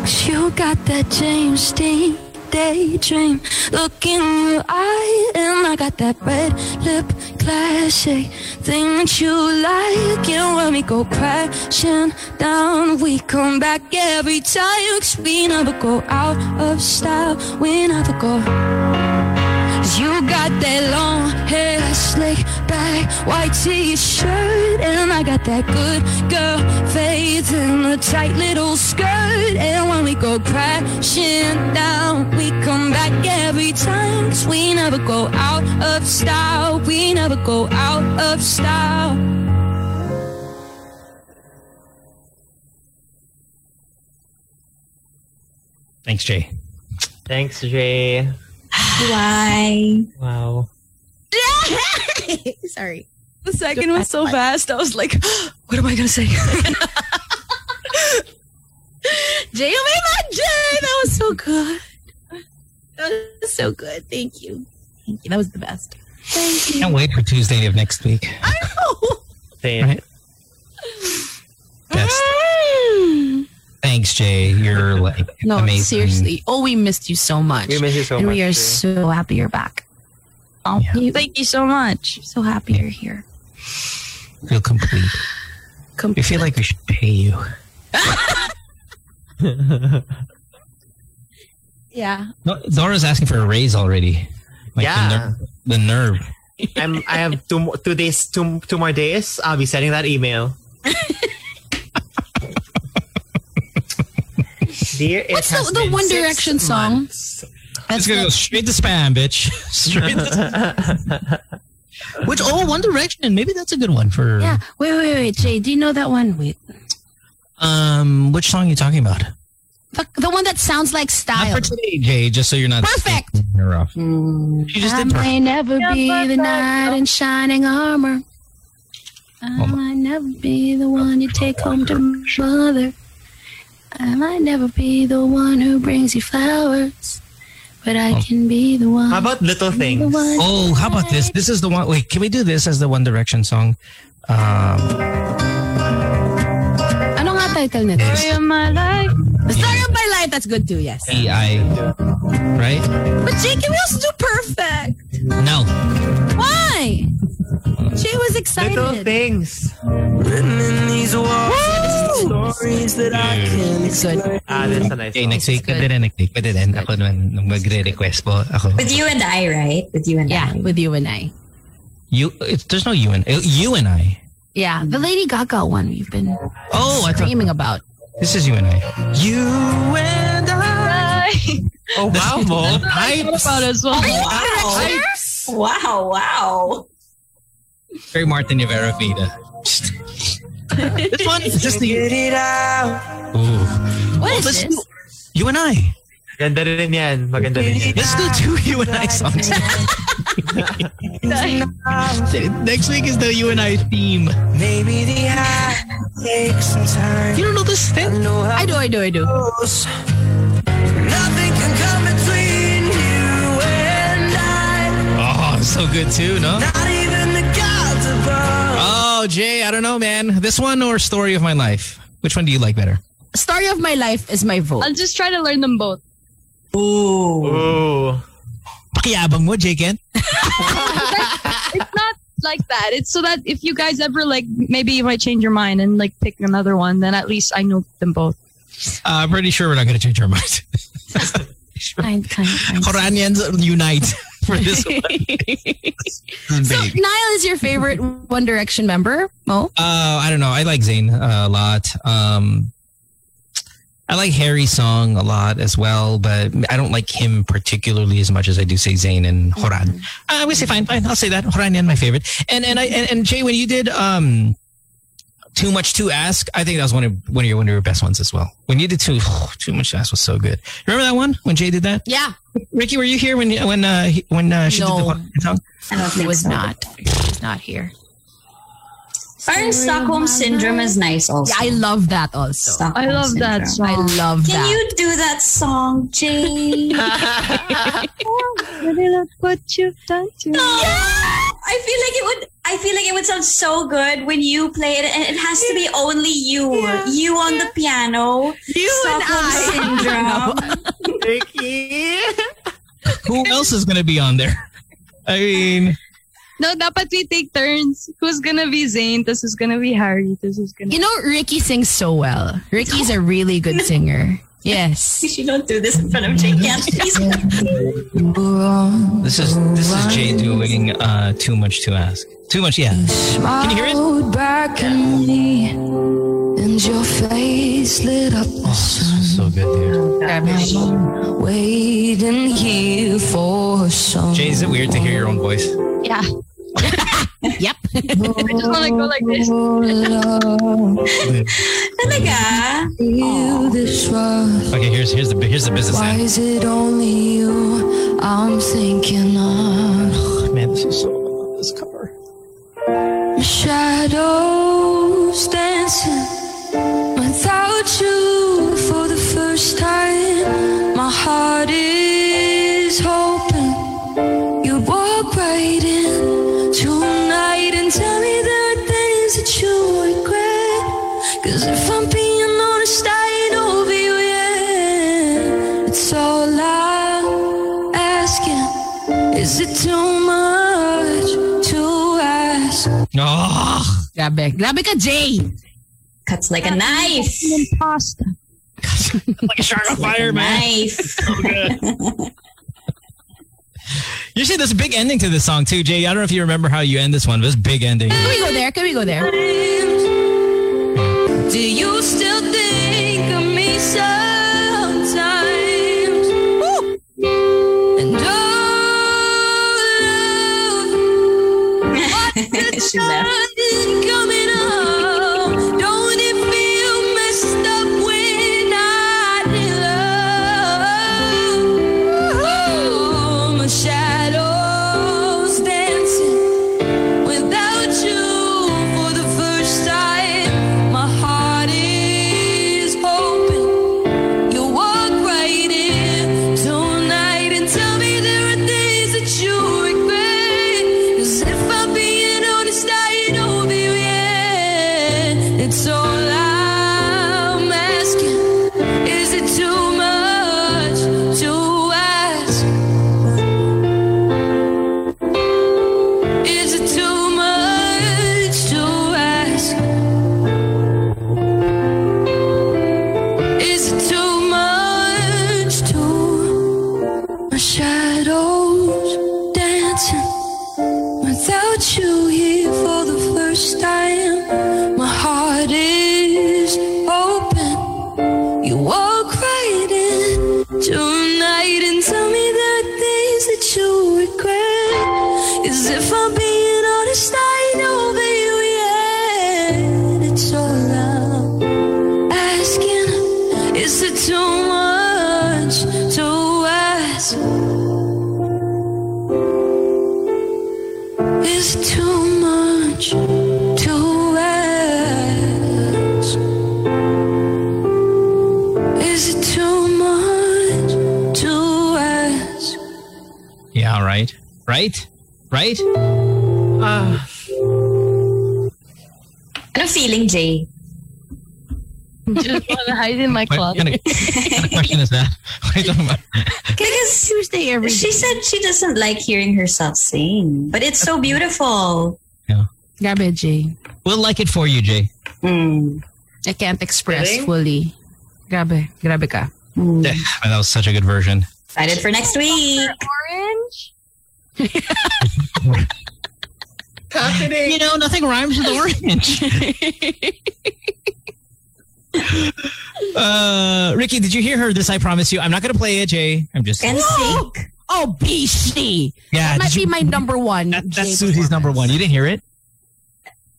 Cause you got that James Dean daydream look in your eye, and I got that red lip classic thing that you like. And when we go crashing down, we come back every time. Cause we never go out of style, we never go. Cause you got that long hair, slick back, white t-shirt, and I got that good girl faith in a tight little skirt. And when we go crashing down, we come back every time. Cause we never go out of style, we never go out of style. Thanks, Jay. Thanks, Jay. Why? Wow. Sorry. The second was so fast. I was like, *gasps* what am I gonna say? *laughs* Jay, oh my God, Jay, that was so good. That was so good. Thank you. Thank you. That was the best. *laughs* Can't wait for Tuesday of next week. Oh, Same. Right. *gasps* Best. Thanks, Jay. You're like No, amazing. seriously. Oh, we missed you so much. We miss you so and much. we are Jay. so happy you're back. Oh, you Thank you so much. so happy you're here. Feel complete. Come We feel like we should pay you. yeah. No, Dora's asking for a raise already. Like Yeah. The, ner- the nerve. I'm, I have two, mo- two days, two, two more days. I'll be sending that *laughs* email. Dear, it What's the- has the been One six Direction song? months. It's gonna go straight to spam, bitch. *laughs* straight to spam. *laughs* Which oh, One Direction. Maybe that's a good one for. Yeah. Wait, wait, wait, Jay. Do you know that one? Wait. Um, which song are you talking about? The, the one that sounds like style. Not for today, Jay. Just so you're not Perfect. Her off. She just I did perfect. may never be the knight in shining armor. I Hold on. might never be the one you take home to mother. I might never be the one who brings you flowers, but I can be the one. How about little things? the one- Oh, how about this? This is the one. Wait, can we do this as the One Direction song? Um, Ano nga title nito? it's Story of my life. The Story of My Life. That's good too. Yes. EI, E right? But Jay, can we also do perfect? No, Why? Jay was Little excited. things. It's good. Ah, that's a nice okay, song. next week. It's Pwede good. rin next week. Pwede rin. Ako naman, nung magre-request po. Ako. With you and I, right? With you and Yeah, I. with you and I. You, it's, there's no you and, you and I. Yeah, the Lady Gaga one we've been Oh, I thought dreaming *laughs* about. this is you and I. You and I. Oh, wow, Mo. I about as well. Wow. Wow, wow. Very Martin Rivera *laughs* Veda. this one, just the. Get it out. Ooh. What is let's this? do you and I. Ganda rin yan. Maganda rin yan. Let's do two *laughs* you and I songs. Next week is the you and I theme. Maybe the eye takes some time. You don't know this thing? know how I do, I do, I do. goes. Nothing can come between you and I. Oh, so good too, no? Not even the gods above. Oh, Jay, I don't know, man. This one or Story of My Life? Which one do you like better? Story of my life is my vote. I'll just try to learn them both. Ooh. Ooh. Pakiyabang mo, Jay Ken. It's not like that. It's so that if you guys ever like maybe you might change your mind and like pick another one, then at least I know them both. Uh, I'm pretty sure we're not going to change our minds. Kind, kind, kind. Koranians unite for this one. This is So big. Niall is your favorite One Direction member, Mo? Uh, I don't know. I like Zayn uh, a lot. Um, I like Harry's song a lot as well, but I don't like him particularly as much as I do say Zayn and Horan. I would say fine, fine. I'll say that Horan and my favorite. And and I and, and Jay, when you did um, too much to ask, I think that was one of one of your one of your best ones as well. When you did too *sighs* too much to ask was so good. Remember that one when Jay did that? Yeah, Ricky, were you here when when uh, he- when uh, she did No. the Horan song? I don't he think was so. not. He was not here. Parang Stockholm Syndrome is nice also. Yeah, I love that also. Stockholm I love that Syndrome. song. I love Can that. you do that song, *laughs* Jay? Really love what you've done to me. I feel like it would. I feel like it would sound so good when you play it, and it has to be only you. You on the piano. You *laughs* Stockholm *laughs* syndrome. Ricky. Who else is going to be on there? *laughs* I mean. No, dapat we take turns. Who's gonna be Zane? This is gonna be Harry. This is gonna. You know, Ricky sings so well. Ricky's a really good singer. Yes. you don't do this in front of Jay Can. *laughs* Please. This is this is Jay doing uh, too much to ask. Too much, yeah. Can you hear it? Back at me, and your face lit up the sun. so good here. Waiting here for some. Jay, is it weird to hear your own voice? Yeah. Yep. I just wanna go like this. love. Talaga? Feel this rush. Okay, here's here's the here's the business Why end. is it only you I'm thinking of? Man, this is so this cover. Shadows dancing without you for the first time. My heart is hoping you walk right in tonight and tell me there are things that you regret. Cause if I'm being honest, I ain't over you yet. It's all I'm asking. Is it too much to ask? Oh, Grabe. Grabe ka, Jay. Cuts like a knife. Pasta. *laughs* like a shark on fire, man. Knife. You see this big ending to this song too, Jay. I don't know if you remember how you end this one, but this big ending. Can we go there? Can we go there? Do you still think of me sometimes? And all of *laughs* she left. nothing coming up. Don't it feel messed up when I'm in love? My shadows dancing. Without you for the first time, my heart is open. You walk right in tonight and tell me there are things that you regret. 'Cause if I'm being honest, I ain't Right? Right? Ano *laughs* feeling, Jay? Just want to hide in my What closet. kind of, what kind of question is that? *laughs* What are you talking about? Because Tuesday every she said she doesn't like hearing herself sing, but it's so beautiful. Grabe, Jay. We'll like it for you, Jay. Mm. I can't express Really? fully. Grabe. Grabe ka. Mm. Yeah, that was such a good version. Excited for next *laughs* week. Orange? You know, nothing rhymes with orange. uh, Ricky, did you hear her? This I promise you. I'm not going to play it, Jay. I'm just. And sync. Oh, BC. yeah, Uh, That might did you- *laughs* be my number one. that- Jay that's Susie's number one. You didn't hear it?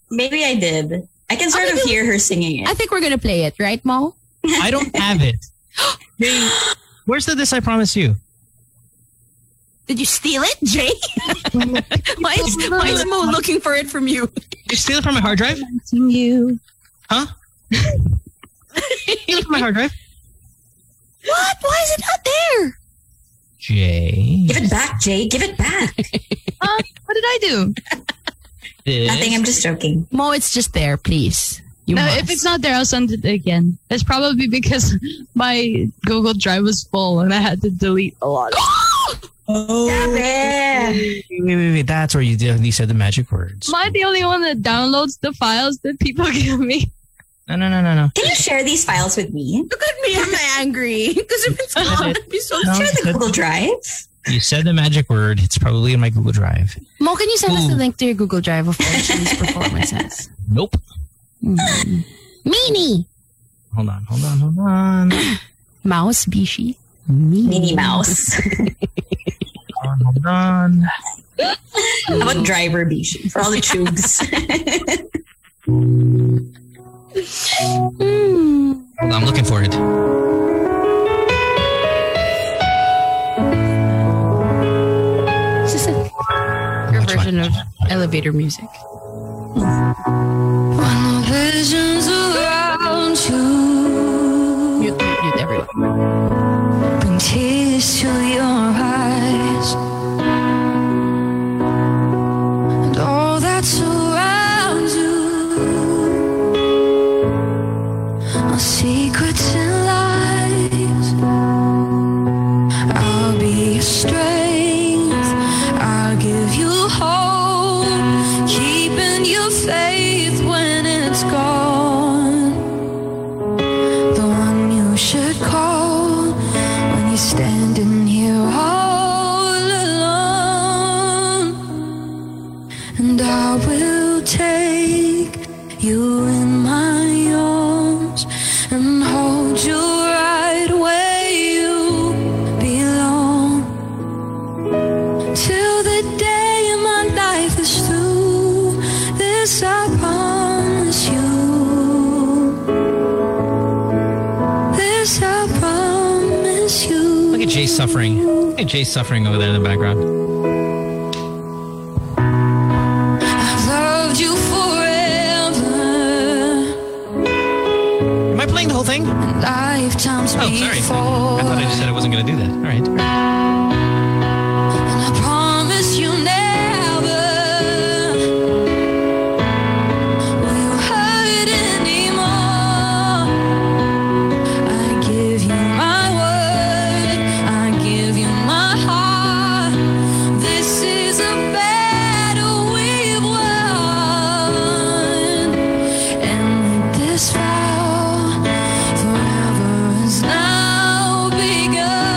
Maybe I did. I can sort of hear her singing I it. think we're gonna play it, right, Mo? I *laughs* don't have it. Jay, where's the This I Promise You? Did you steal it, Jay? *laughs* why, is, why is Mo looking for it from you? Did you steal it from my hard drive? You. Steal it from my hard drive? What? Why is it not there? Jay. Give it back, Jay. Give it back. What did I do? this- Nothing. I'm just joking. Mo, it's just there, please. You no, must. if it's not there, I'll send it again. It's probably because *laughs* my Google Drive was full and I had to delete a lot. Oh, Yeah. wait, wait, wait, wait. That's where you did. You said the magic words. Am I the only one that downloads the files that people *laughs* give me? No, no, no, no, *laughs* no. Can you share these files with me? Look at me, I'm angry. Because if it's not, it'd be so. No, Share the that- Google Drive. You said the magic word. It's probably in my Google Drive. Mo, can you send us Ooh. a link to your Google Drive of all these performances? Nope. Mm. *laughs* Meanie. Hold on, hold on, hold on. Hold *clears throat* Mouse Bishi. Meanie. Minnie Mouse. on, hold on. How about Driver Beach for *laughs* all the tubes? Hold on, I'm looking for it. It's just a your Which one? version of elevator music. When the visions around you Mute, mute, mute everyone. bring tears to your eyes and all that surrounds you are secrets and lies I'll be your strength I'll give you hope keeping your faith when it's gone the one you should call when you're standing here all alone. And I will take you in my arms and hold you right where you belong. Till the day my life is through, this I promise you. This I promise you. Look at Jay suffering. Look at Jay suffering over there in the background. I've loved you forever. Am I playing the whole thing? Oh, Lifetimes sorry. I thought I just before. said I wasn't going to do that. All right. And I promise you never will you hurt anymore. I give you my word. I give you my heart. This is a battle we've won. And with this vow, forever has now begun.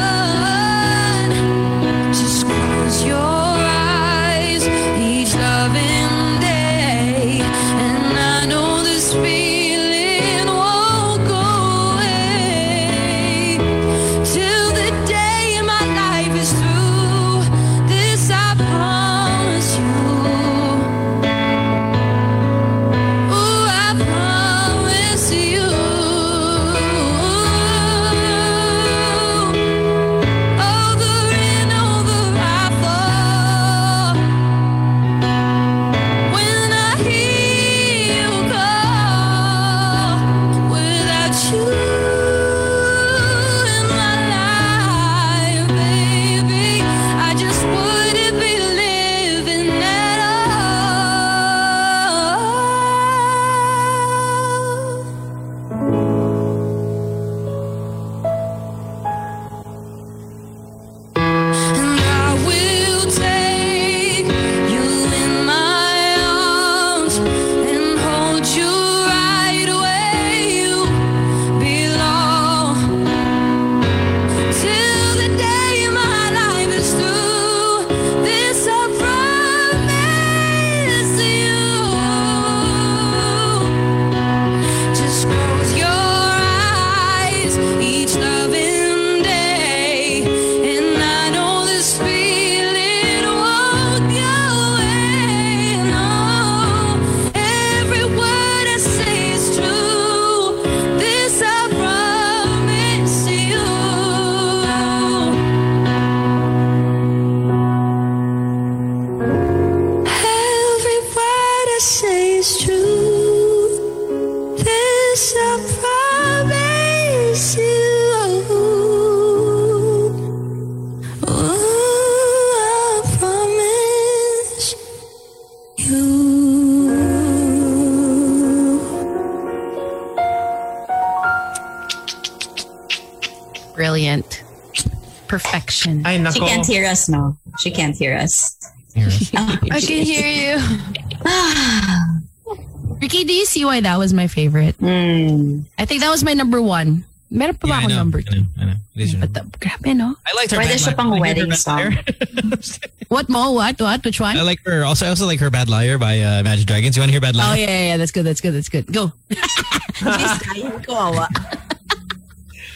Oh, Brilliant. Perfection. Ay, She nako. can't hear us now. She can't hear us. *laughs* I can *sighs* hear you. Ricky, do you see why that was my favorite? Mm. I think that was my number one. Meron pa ba Yeah, I akong know. number I two? know, I know. It is your But number. the, grabe, no? I liked her. Why bad there's a liar. pang I like her wedding bad song? liar. *laughs* What mo? What? What? Which one? I like her. Also, I also like her "Bad Liar" by uh, Imagine Dragons. You want to hear "Bad Oh, Liar"? yeah, yeah, yeah. That's good. That's good. That's good. Go. *laughs*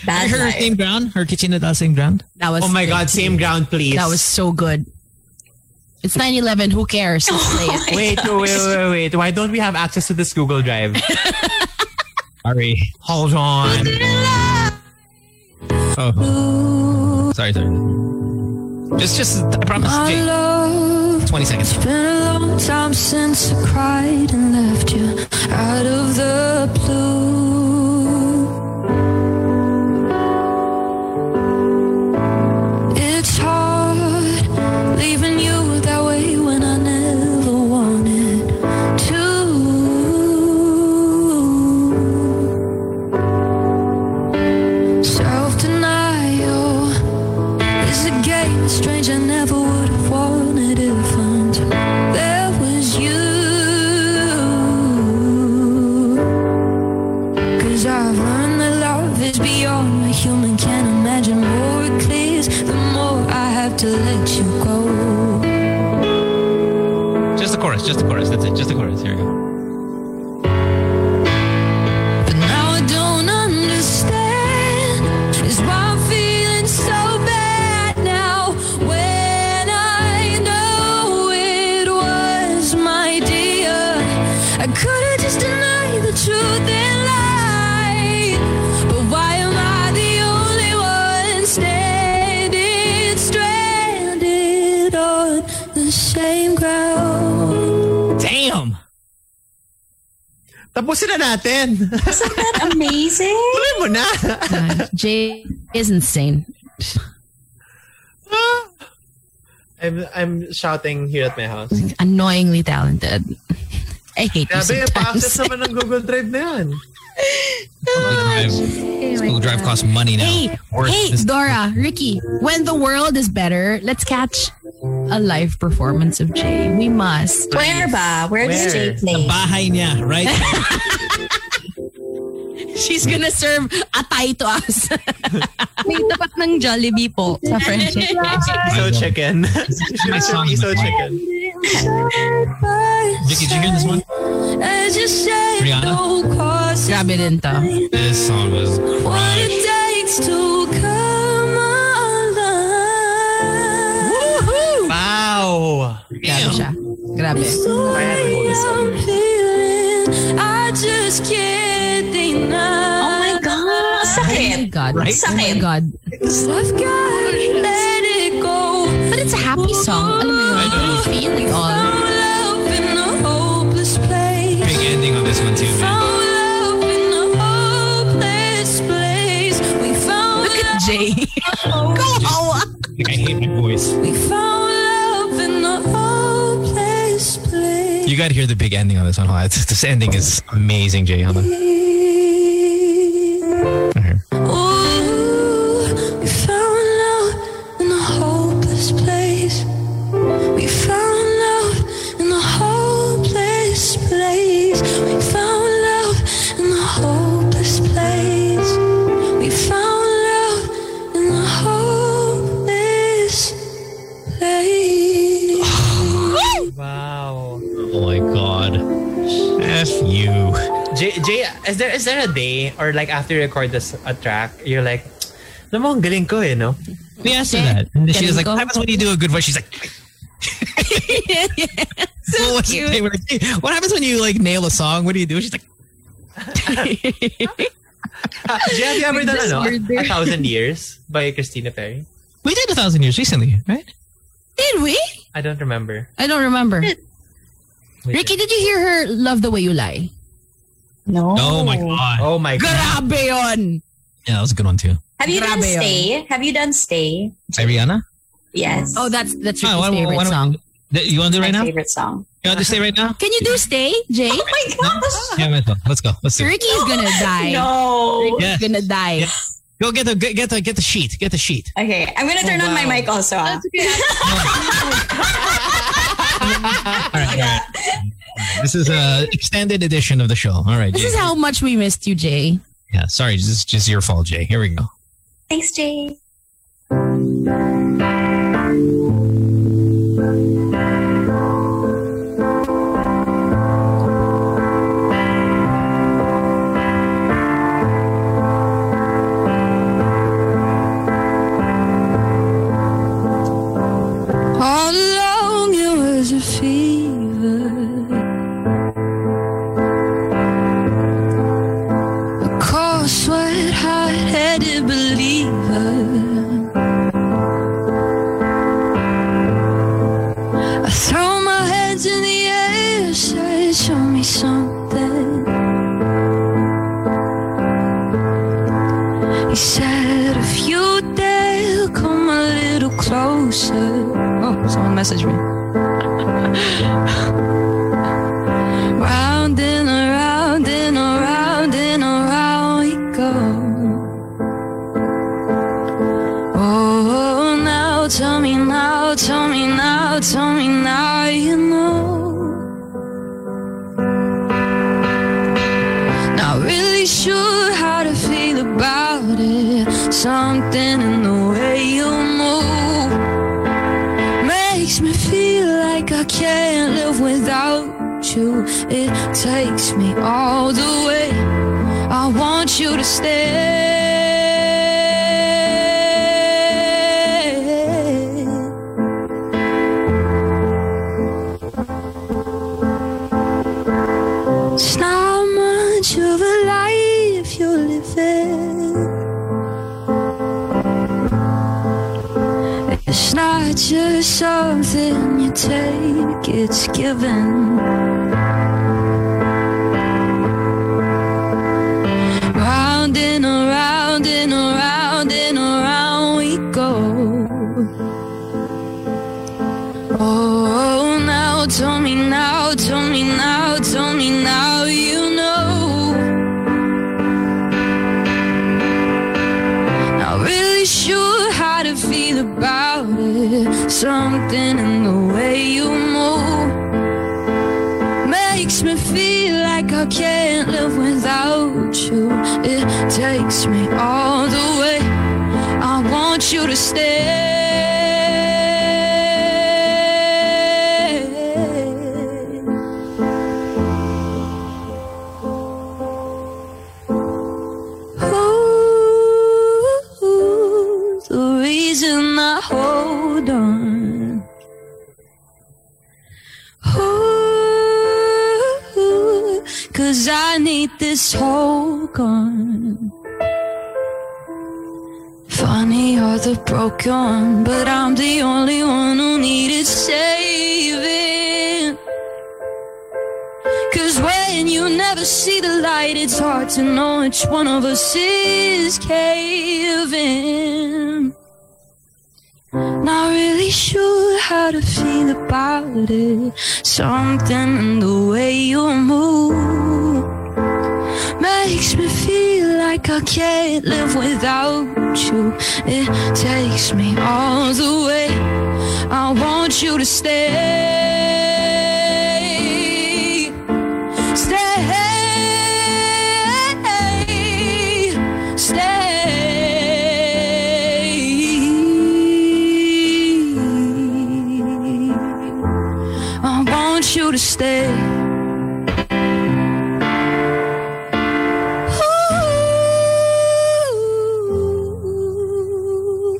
Bad Her *laughs* liar. same ground. Her kitchen at the same ground. That was Oh my God, same ground, please. That was so good. It's 9-11. Who *laughs* cares? Let's play Oh it. *laughs* Wait, wait, wait, wait, wait. Why don't we have access to this Google Drive? Sorry. Hold on. Oh. Sorry, sorry. Just, just. I promise. My Jay, love. Twenty seconds. It's been a long time since I cried and left you out of the blue. It's hard leaving you that way when I never wanted to. Self denial is a game strange I never would have won it if and there was you. Cause I've learned that love is beyond what human can imagine. More it clears, the more I have to let you go. Just the chorus. Just the chorus. That's it. Just the chorus. Here we go. But now I don't understand is why I'm feeling so bad now when I know it was my dear. I could have just denied the truth and lied, but why am I the only one standing stranded on the same ground? Damn. Tapusin na natin. Isn't that amazing? Tuloy mo na. God, Jay is insane. *laughs* I'm, I'm shouting here at my house. Annoyingly talented. I hate you Grabe, pa-access sometimes. naman ng Google Drive na yan. Google Drive. Google Drive costs money now. Hey, Or hey, this- Dora, Ricky, when the world is better, let's catch a live performance of Jay. We must. Where ba? Where does Where? Jay play? bahay niya, *laughs* right? She's gonna serve atay to us. *laughs* May tapat ng Jollibee po sa friendship. So chicken. *laughs* My song is so my- chicken. Vicky, did you hear this one? As you say, Rihanna? no cause Grabe din to. This song was what it takes to come alive. Wow. Grabe siya. Grabe. The way I'm feeling, I just can't deny. Oh my God. Oh my Sakit. God. Right? Oh my God. I've got to let it go. But it's a happy song. Alam mo I yun? know. We feel it all. Found love in a hopeless place. big ending on this one too. Man. Found love in a hopeless place. We found Look at Jay. love. Like, I hate my voice. We found love in a hopeless place. You got to hear the big ending on this one. Hold on. It's- This ending is amazing, Jay. Hold on. Ooh, we found love in a hopeless place. We found love in a hopeless place. We found love in a hopeless place. We found love in a hopeless place. Wow. Oh my god. F you. Jay, Jay, is there is there a day or like after you record this a track, you're like, alam mo, ang galing ko eh, no? We asked her that. And she Can was like, we go? what happens when you do a good voice? *laughs* She's like, so what happens when you like nail a song? What do you do? She's like, Jay, have you ever done Just ano, murder. A Thousand Years by Christina Perry? we did a thousand years recently, right? Did we? I don't remember. I don't remember. Wait. Ricky, did you hear her Love the Way You Lie? No. Oh my god. Oh my god. Grabe yun. Yeah, that was a good one too. Have you done Grabe yun. stay? Have you done stay? Hi, Rihanna. Yes. Oh, that's that's Ah, Ricky's why- why- favorite why don't- song. Th- You want to do it right my now? favorite song. You want to stay right now? Can you do Stay, Jay? Oh my gosh. Yeah, let's go. Let's go. Let's do it. Ricky's gonna die. No. Ricky's Yes. gonna die. Yes. Go get the get the get the sheet. Get the sheet. Okay, I'm gonna turn on my mic also. ah. All right, all right. This is a extended edition of the show. All right. *laughs* This is Jay. how much we missed you, Jay. yeah. Sorry, this is just your fault, Jay. Here we go. Thanks, Jay. All along it was a fever. A cold sweat, hot headed believer. I throw my hands in the air, say, show me something. He said, if you dare come a little closer. Oh, someone messaged me. round and around and around and around we go. Oh, now tell me now, tell me now, tell me now you know. Not really sure how to feel about it. Something in the way you move makes me feel like I can't live without you. It takes me all the way. I want you to stay. It's not much of a life you're living. It's not just something you take, it's given. Round and around and around and around we go. Oh, now tell me now, tell me now, tell me now you know. Not really sure how to feel about it. Something in the way you move makes me feel like I can't live without you. It takes me all the way. I want you to stay. Ooh, the reason I hold on. Ooh, cause I need this whole gun. Funny, you're the broken one, but I'm the only one who needed saving. Cause when you never see the light, it's hard to know which one of us is caving. Not really sure how to feel about it. Something in the way you move makes me feel like I can't live without you. It takes me all the way. I want you to stay. Stay. Stay. I want you to stay. Ooh.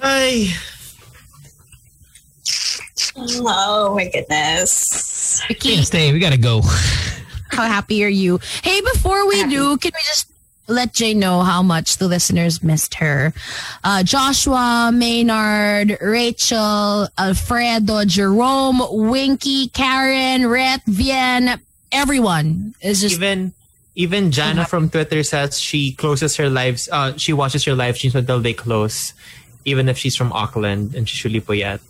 Hi. Oh my goodness. Can't stay. We gotta go. How happy are you? Hey, before we do, can we just let Jay know how much the listeners missed her? Uh, Joshua, Maynard, Rachel, Alfredo, Jerome, Winky, Karen, Rhett, Vien, everyone is just Even even Jana from Twitter says she closes her lives. Uh, she watches her live streams until they close, even if she's from Auckland and she's really puyat.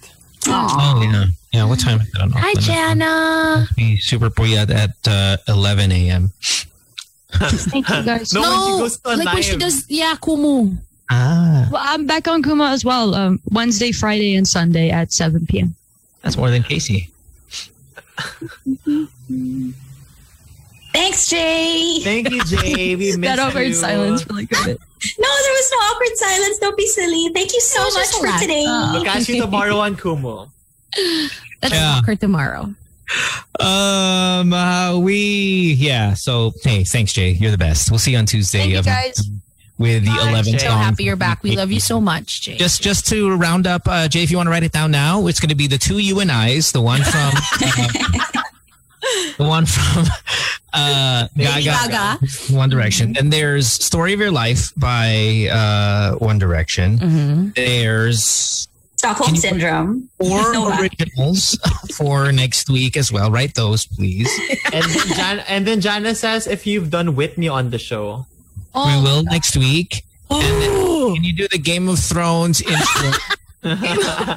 Oh yeah. Yeah, what time is it on Hi, Auckland? Jana. Be super puyat at uh, 11 a.m. Thank you guys. *laughs* No, when no. she goes to like when she live. does, yeah, Kumu. Ah, Well, I'm back on Kuma as well. Um, Wednesday, Friday, and Sunday at 7 p.m. that's more than Casey. Thanks, Jay. Thank you, Jay. We missed That you. awkward silence for like a bit. No, there was no awkward silence. Don't be silly. Thank you so was much just a for rat. today. We'll catch you tomorrow on Kumu. Let's Yeah. talk her tomorrow. Um, uh, we yeah. So hey, thanks, Jay. You're the best. We'll see you on Tuesday. Thank you of- guys. With the Bye, 11 Jay. So song. happy you're back. We love you so much, Jay. Just just to round up, uh, Jay, if you want to write it down now, it's going to be the two you and I's, the one from uh, *laughs* the one from uh, Gaga, Gaga. Mm-hmm. One Direction. Then there's "Story of Your Life" by uh, One Direction. *laughs* hmm There's Stockholm Can you- syndrome. four No, I- originals for next week as well. Write those, please. And then, Jan- *laughs* and then Jana says if you've done Whitney on the show. we will next week. And then can you do the Game of Thrones intro?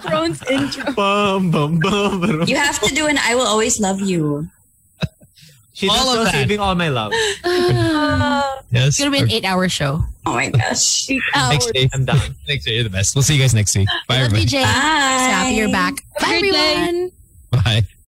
Thrones intro. *laughs* Bum, bum, bum, bum. You have to do an I will always love you. She's All of still that. saving all my love. yes. It's going to be an eight hour show. Oh my gosh. Thanks, *laughs* Jay. I'm down. Thanks, Jay. You're the best. We'll see you guys next week. Bye, Love everybody. you, Jay. Bye. Happy you're back. Bye, Good day. everyone.